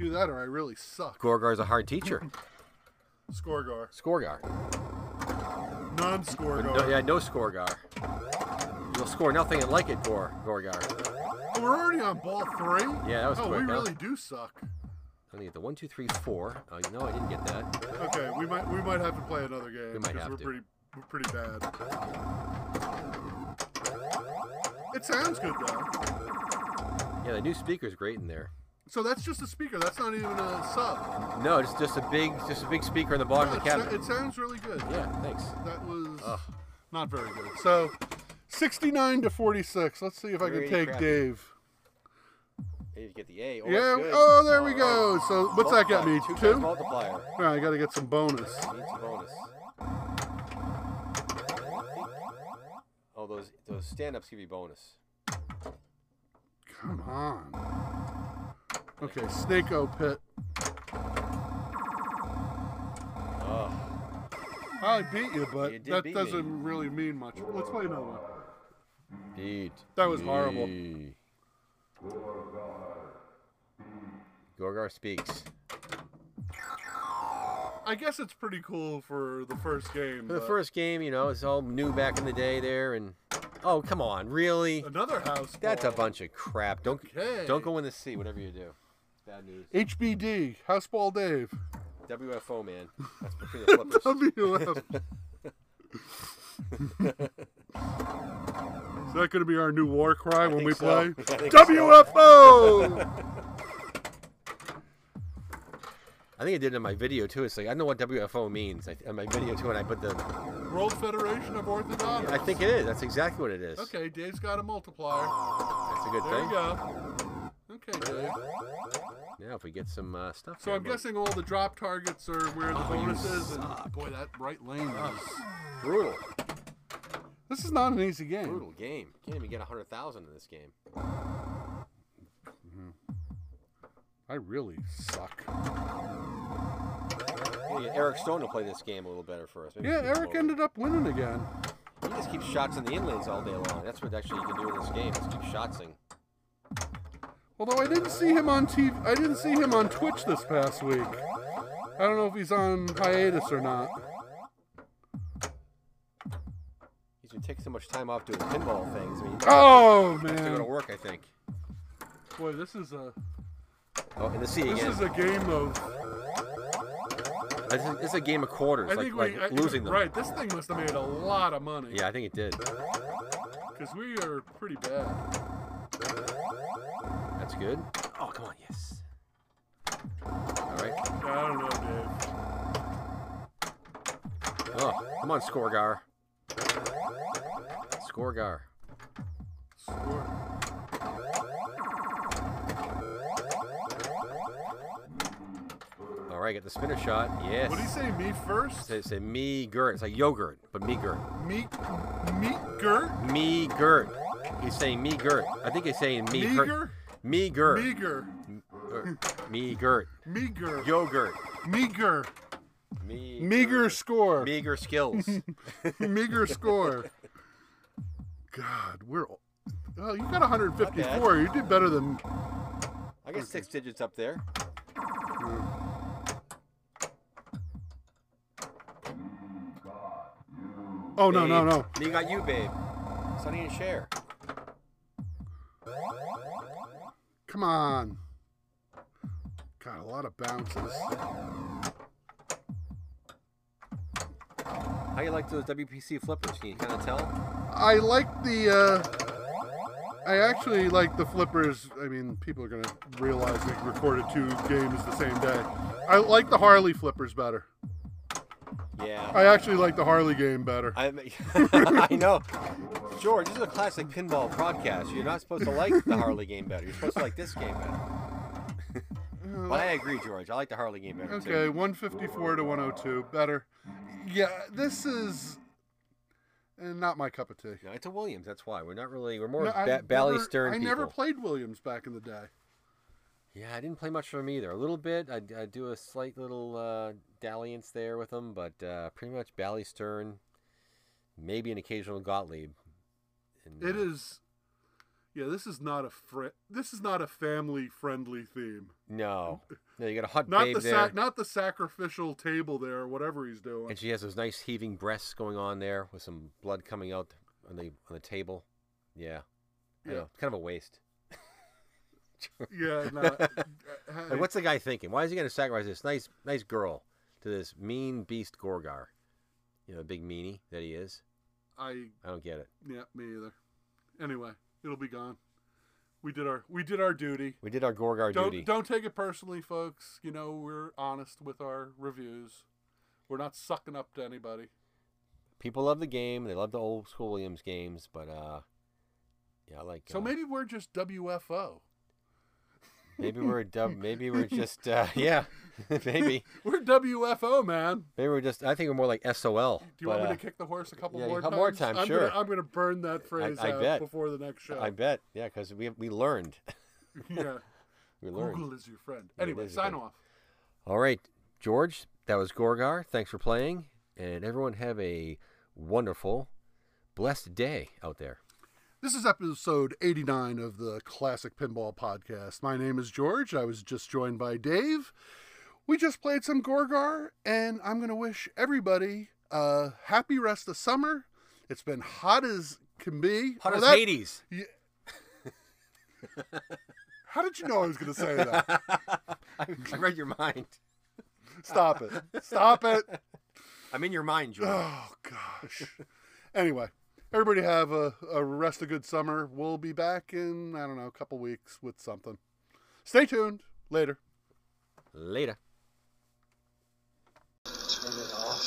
Speaker 1: Either that or I really suck.
Speaker 2: Gorgar's a hard teacher.
Speaker 1: Scorgar.
Speaker 2: Scorgar.
Speaker 1: Non Scorgar.
Speaker 2: No, yeah, no Scorgar. You'll score nothing and like it, Gor Gorgar.
Speaker 1: Oh, We're already on ball three?
Speaker 2: Yeah, that was
Speaker 1: Oh,
Speaker 2: quick,
Speaker 1: we
Speaker 2: huh?
Speaker 1: really do suck.
Speaker 2: I need the one, two, three, four. Oh, no, I didn't get that.
Speaker 1: Okay, we might we might have to play another game
Speaker 2: We might
Speaker 1: because
Speaker 2: have
Speaker 1: we're
Speaker 2: to.
Speaker 1: pretty we're pretty bad. It sounds good though.
Speaker 2: Yeah, the new speaker's great in there.
Speaker 1: So that's just a speaker. That's not even a sub.
Speaker 2: No, it's just a big, just a big speaker in the bottom
Speaker 1: No,
Speaker 2: of the
Speaker 1: it's-
Speaker 2: cabinet.
Speaker 1: it sounds really good.
Speaker 2: yeah, thanks.
Speaker 1: That was not very good. So, 69 to 46. Let's see if I
Speaker 2: Very
Speaker 1: can take
Speaker 2: crappy.
Speaker 1: Dave.
Speaker 2: I need to get the A. Oh,
Speaker 1: yeah.
Speaker 2: that's good.
Speaker 1: Oh, there we
Speaker 2: All
Speaker 1: go.
Speaker 2: right.
Speaker 1: So what's that got me?
Speaker 2: Multiplier, times
Speaker 1: Two.
Speaker 2: Multiplier.
Speaker 1: All right, I gotta get some bonus.
Speaker 2: Needs a bonus. Oh, those those stand-ups give you bonus.
Speaker 1: Come on. Okay, Snake-O Pit.
Speaker 2: Oh,
Speaker 1: I beat you, but
Speaker 2: You did
Speaker 1: that
Speaker 2: beat
Speaker 1: doesn't really mean much. Let's play another one.
Speaker 2: beat.
Speaker 1: That was horrible.
Speaker 2: me. Gorgar speaks.
Speaker 1: I guess it's pretty cool for the first game.
Speaker 2: For the
Speaker 1: but
Speaker 2: first game, you know, it's all new back in the day there, and oh, come on, really?
Speaker 1: another house.
Speaker 2: That's a
Speaker 1: ball.
Speaker 2: bunch of crap. Don't
Speaker 1: Okay.
Speaker 2: don't go in the sea. Whatever you do, bad news.
Speaker 1: HBD Houseball Dave.
Speaker 2: WFO man. That's between the flippers.
Speaker 1: WF. Is that going to be our new war cry when
Speaker 2: think
Speaker 1: we play?
Speaker 2: so. I think so.
Speaker 1: WFO!
Speaker 2: I think I did it in my video too. It's like I know what WFO means. I, in my video too, and I put the.
Speaker 1: World Federation of Orthodontics.
Speaker 2: I think it is. That's exactly what it is.
Speaker 1: Okay, Dave's got a multiplier.
Speaker 2: That's a good
Speaker 1: There
Speaker 2: thing.
Speaker 1: you go. Okay, Dave.
Speaker 2: Now if we get some uh, stuff.
Speaker 1: So
Speaker 2: here,
Speaker 1: I'm
Speaker 2: but-
Speaker 1: guessing all the drop targets are where the
Speaker 2: Oh, you
Speaker 1: bonus is. And
Speaker 2: suck.
Speaker 1: boy, that right lane is.
Speaker 2: brutal,
Speaker 1: This is not an easy game.
Speaker 2: brutal game. Can't even get a hundred thousand in this game.
Speaker 1: I really suck.
Speaker 2: Yeah, yeah, Eric Stone will play this game a little better for us. Maybe
Speaker 1: Yeah,
Speaker 2: he can
Speaker 1: Eric
Speaker 2: come
Speaker 1: ended up winning again.
Speaker 2: over. He just keeps shots in the inlanes all day long. That's what actually you can do in this game. Just keep shotsing.
Speaker 1: Although I didn't see him on TV, I didn't see him on Twitch this past week. I don't know if he's on hiatus or not.
Speaker 2: He's been taking so much time off doing pinball things. I mean, he
Speaker 1: Oh
Speaker 2: has to go to
Speaker 1: man,
Speaker 2: work, I think.
Speaker 1: boy, this is a
Speaker 2: Oh, in the sea
Speaker 1: this
Speaker 2: again.
Speaker 1: is a game of.
Speaker 2: This is- this is a game of quarters,
Speaker 1: I
Speaker 2: like,
Speaker 1: think we
Speaker 2: like
Speaker 1: I-
Speaker 2: losing them.
Speaker 1: Right, this thing must have made a lot of money.
Speaker 2: Yeah, I think it did.
Speaker 1: because we are pretty bad.
Speaker 2: That's good. Oh, come on, yes. All right.
Speaker 1: Yeah, I don't know, Dave.
Speaker 2: Oh, come on, Scorgar. Scorgar.
Speaker 1: Score.
Speaker 2: All right, get the spinner shot. Yes.
Speaker 1: What do you say, me first?
Speaker 2: Say, say me gurt. It's like yogurt, but me gurt.
Speaker 1: Meat, meat gurt,
Speaker 2: Me gurt. He's saying me gurt. I think he's saying me gurt.
Speaker 1: meager,
Speaker 2: Me gurt.
Speaker 1: meager,
Speaker 2: Er, Me gurt.
Speaker 1: meager,
Speaker 2: Yogurt.
Speaker 1: meager,
Speaker 2: Me.
Speaker 1: meager
Speaker 2: gurt.
Speaker 1: score.
Speaker 2: Meager skills.
Speaker 1: meager score. God, we're. Well, you got 154. You did better than.
Speaker 2: I got six digits up there.
Speaker 1: Oh no no
Speaker 2: Babe.
Speaker 1: no!
Speaker 2: Me got you, babe. Sonny and Cher.
Speaker 1: Come on. Got a lot of bounces.
Speaker 2: How you like those WPC flippers? Can you kind of tell?
Speaker 1: I like the. uh I actually like the flippers. I mean, people are gonna realize we recorded two games the same day. I like the Harley flippers better.
Speaker 2: Yeah.
Speaker 1: I actually like the Harley game better.
Speaker 2: I, I know. George, this is a classic pinball podcast. You're not supposed to like the Harley game better. You're supposed to like this game better. But I agree, George. I like the Harley game better
Speaker 1: Okay,
Speaker 2: too.
Speaker 1: 154 to 102. Better. Yeah, this is eh, not my cup of tea.
Speaker 2: No, it's a Williams. That's why we're not really. We're more
Speaker 1: No, I
Speaker 2: ba- Bally
Speaker 1: never-
Speaker 2: Stern
Speaker 1: I
Speaker 2: people.
Speaker 1: never played Williams back in the day.
Speaker 2: Yeah, I didn't play much of them either. A little bit. I, I do a slight little uh, dalliance there with them, but uh, pretty much Bally Stern, maybe an occasional Gottlieb. And,
Speaker 1: It
Speaker 2: uh,
Speaker 1: is. Yeah, this is not a fri- This is not a family-friendly theme.
Speaker 2: No, no, you got a hot
Speaker 1: Not
Speaker 2: babe
Speaker 1: the
Speaker 2: there,
Speaker 1: sac not the sacrificial table there, or whatever he's doing.
Speaker 2: and she has those nice heaving breasts going on there with some blood coming out on the on the table. Yeah, I
Speaker 1: Yeah.
Speaker 2: know. It's kind of a waste.
Speaker 1: Yeah, no. uh,
Speaker 2: Like, what's the guy thinking? Why is he going to sacrifice this nice, nice girl to this mean beast Gorgar? You know, the big meanie that he is.
Speaker 1: I
Speaker 2: I don't get it.
Speaker 1: yeah, me either. Anyway, it'll be gone. We did our we did our duty.
Speaker 2: We did our Gorgar
Speaker 1: don't
Speaker 2: duty.
Speaker 1: don't take it personally, folks. You know we're honest with our reviews. We're not sucking up to anybody.
Speaker 2: People love the game. They love the old school Williams games, but uh, yeah, I like.
Speaker 1: So
Speaker 2: uh,
Speaker 1: maybe we're just WFO.
Speaker 2: maybe we're a dub. Maybe we're just uh, yeah, maybe
Speaker 1: We're WFO, man.
Speaker 2: maybe we're just. I think we're more like SOL.
Speaker 1: Do you
Speaker 2: but,
Speaker 1: want me to
Speaker 2: uh,
Speaker 1: kick the horse a couple
Speaker 2: yeah,
Speaker 1: more
Speaker 2: a couple
Speaker 1: times?
Speaker 2: more times,
Speaker 1: I'm
Speaker 2: sure.
Speaker 1: Gonna, I'm going to burn that phrase
Speaker 2: I
Speaker 1: out
Speaker 2: bet.
Speaker 1: before the next show.
Speaker 2: I bet. Yeah, because we we learned.
Speaker 1: yeah.
Speaker 2: We learned.
Speaker 1: Google is your friend.
Speaker 2: Yeah, it
Speaker 1: Anyway,
Speaker 2: is your
Speaker 1: sign
Speaker 2: friend.
Speaker 1: off.
Speaker 2: All right, George, that was Gorgar. Thanks for playing. And everyone have a wonderful, blessed day out there.
Speaker 1: This is episode 89 of the Classic Pinball Podcast. My name is George. I was just joined by Dave. We just played some Gorgar, and I'm going to wish everybody a happy rest of summer. It's been hot as can be.
Speaker 2: Hot
Speaker 1: Oh,
Speaker 2: as
Speaker 1: that-
Speaker 2: Hades.
Speaker 1: How did you know I was going to say that?
Speaker 2: I, I read your mind.
Speaker 1: Stop it. Stop it.
Speaker 2: I'm in your mind, George.
Speaker 1: Oh gosh. anyway, everybody have a, a rest a good summer. We'll be back in I don't know a couple weeks with something. Stay tuned. Later.
Speaker 2: Later.
Speaker 3: Turn it off.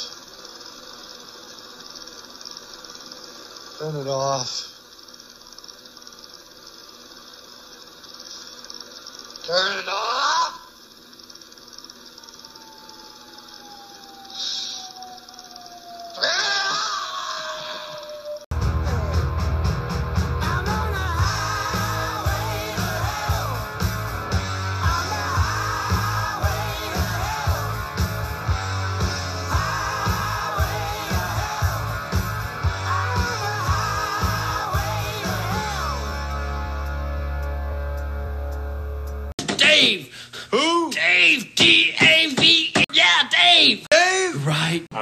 Speaker 3: Turn it off. Turn it off! Turn it off!
Speaker 5: Dave! Who? Dave! D A V E! Yeah, Dave! Dave! Right.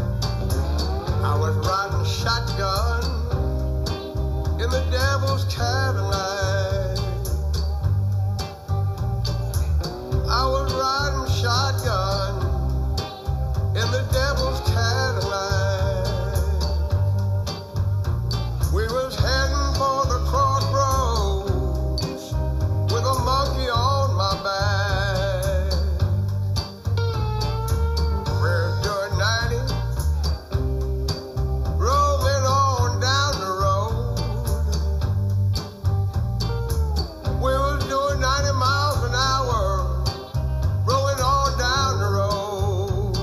Speaker 3: I would run shotgun in the devil's Cadillac. I would ride shotgun in the devil's Cadillac. We was heading for the crossroads with a monkey on my back. We're doing 90. Rolling on down the road. We was doing 90 miles an hour. Rolling on down the road.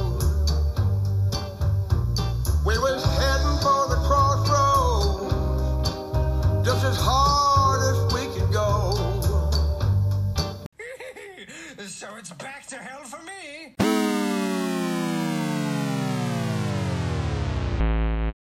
Speaker 3: We was heading for the crossroads. Just as hard as we could go.
Speaker 5: so it's back to hell for me!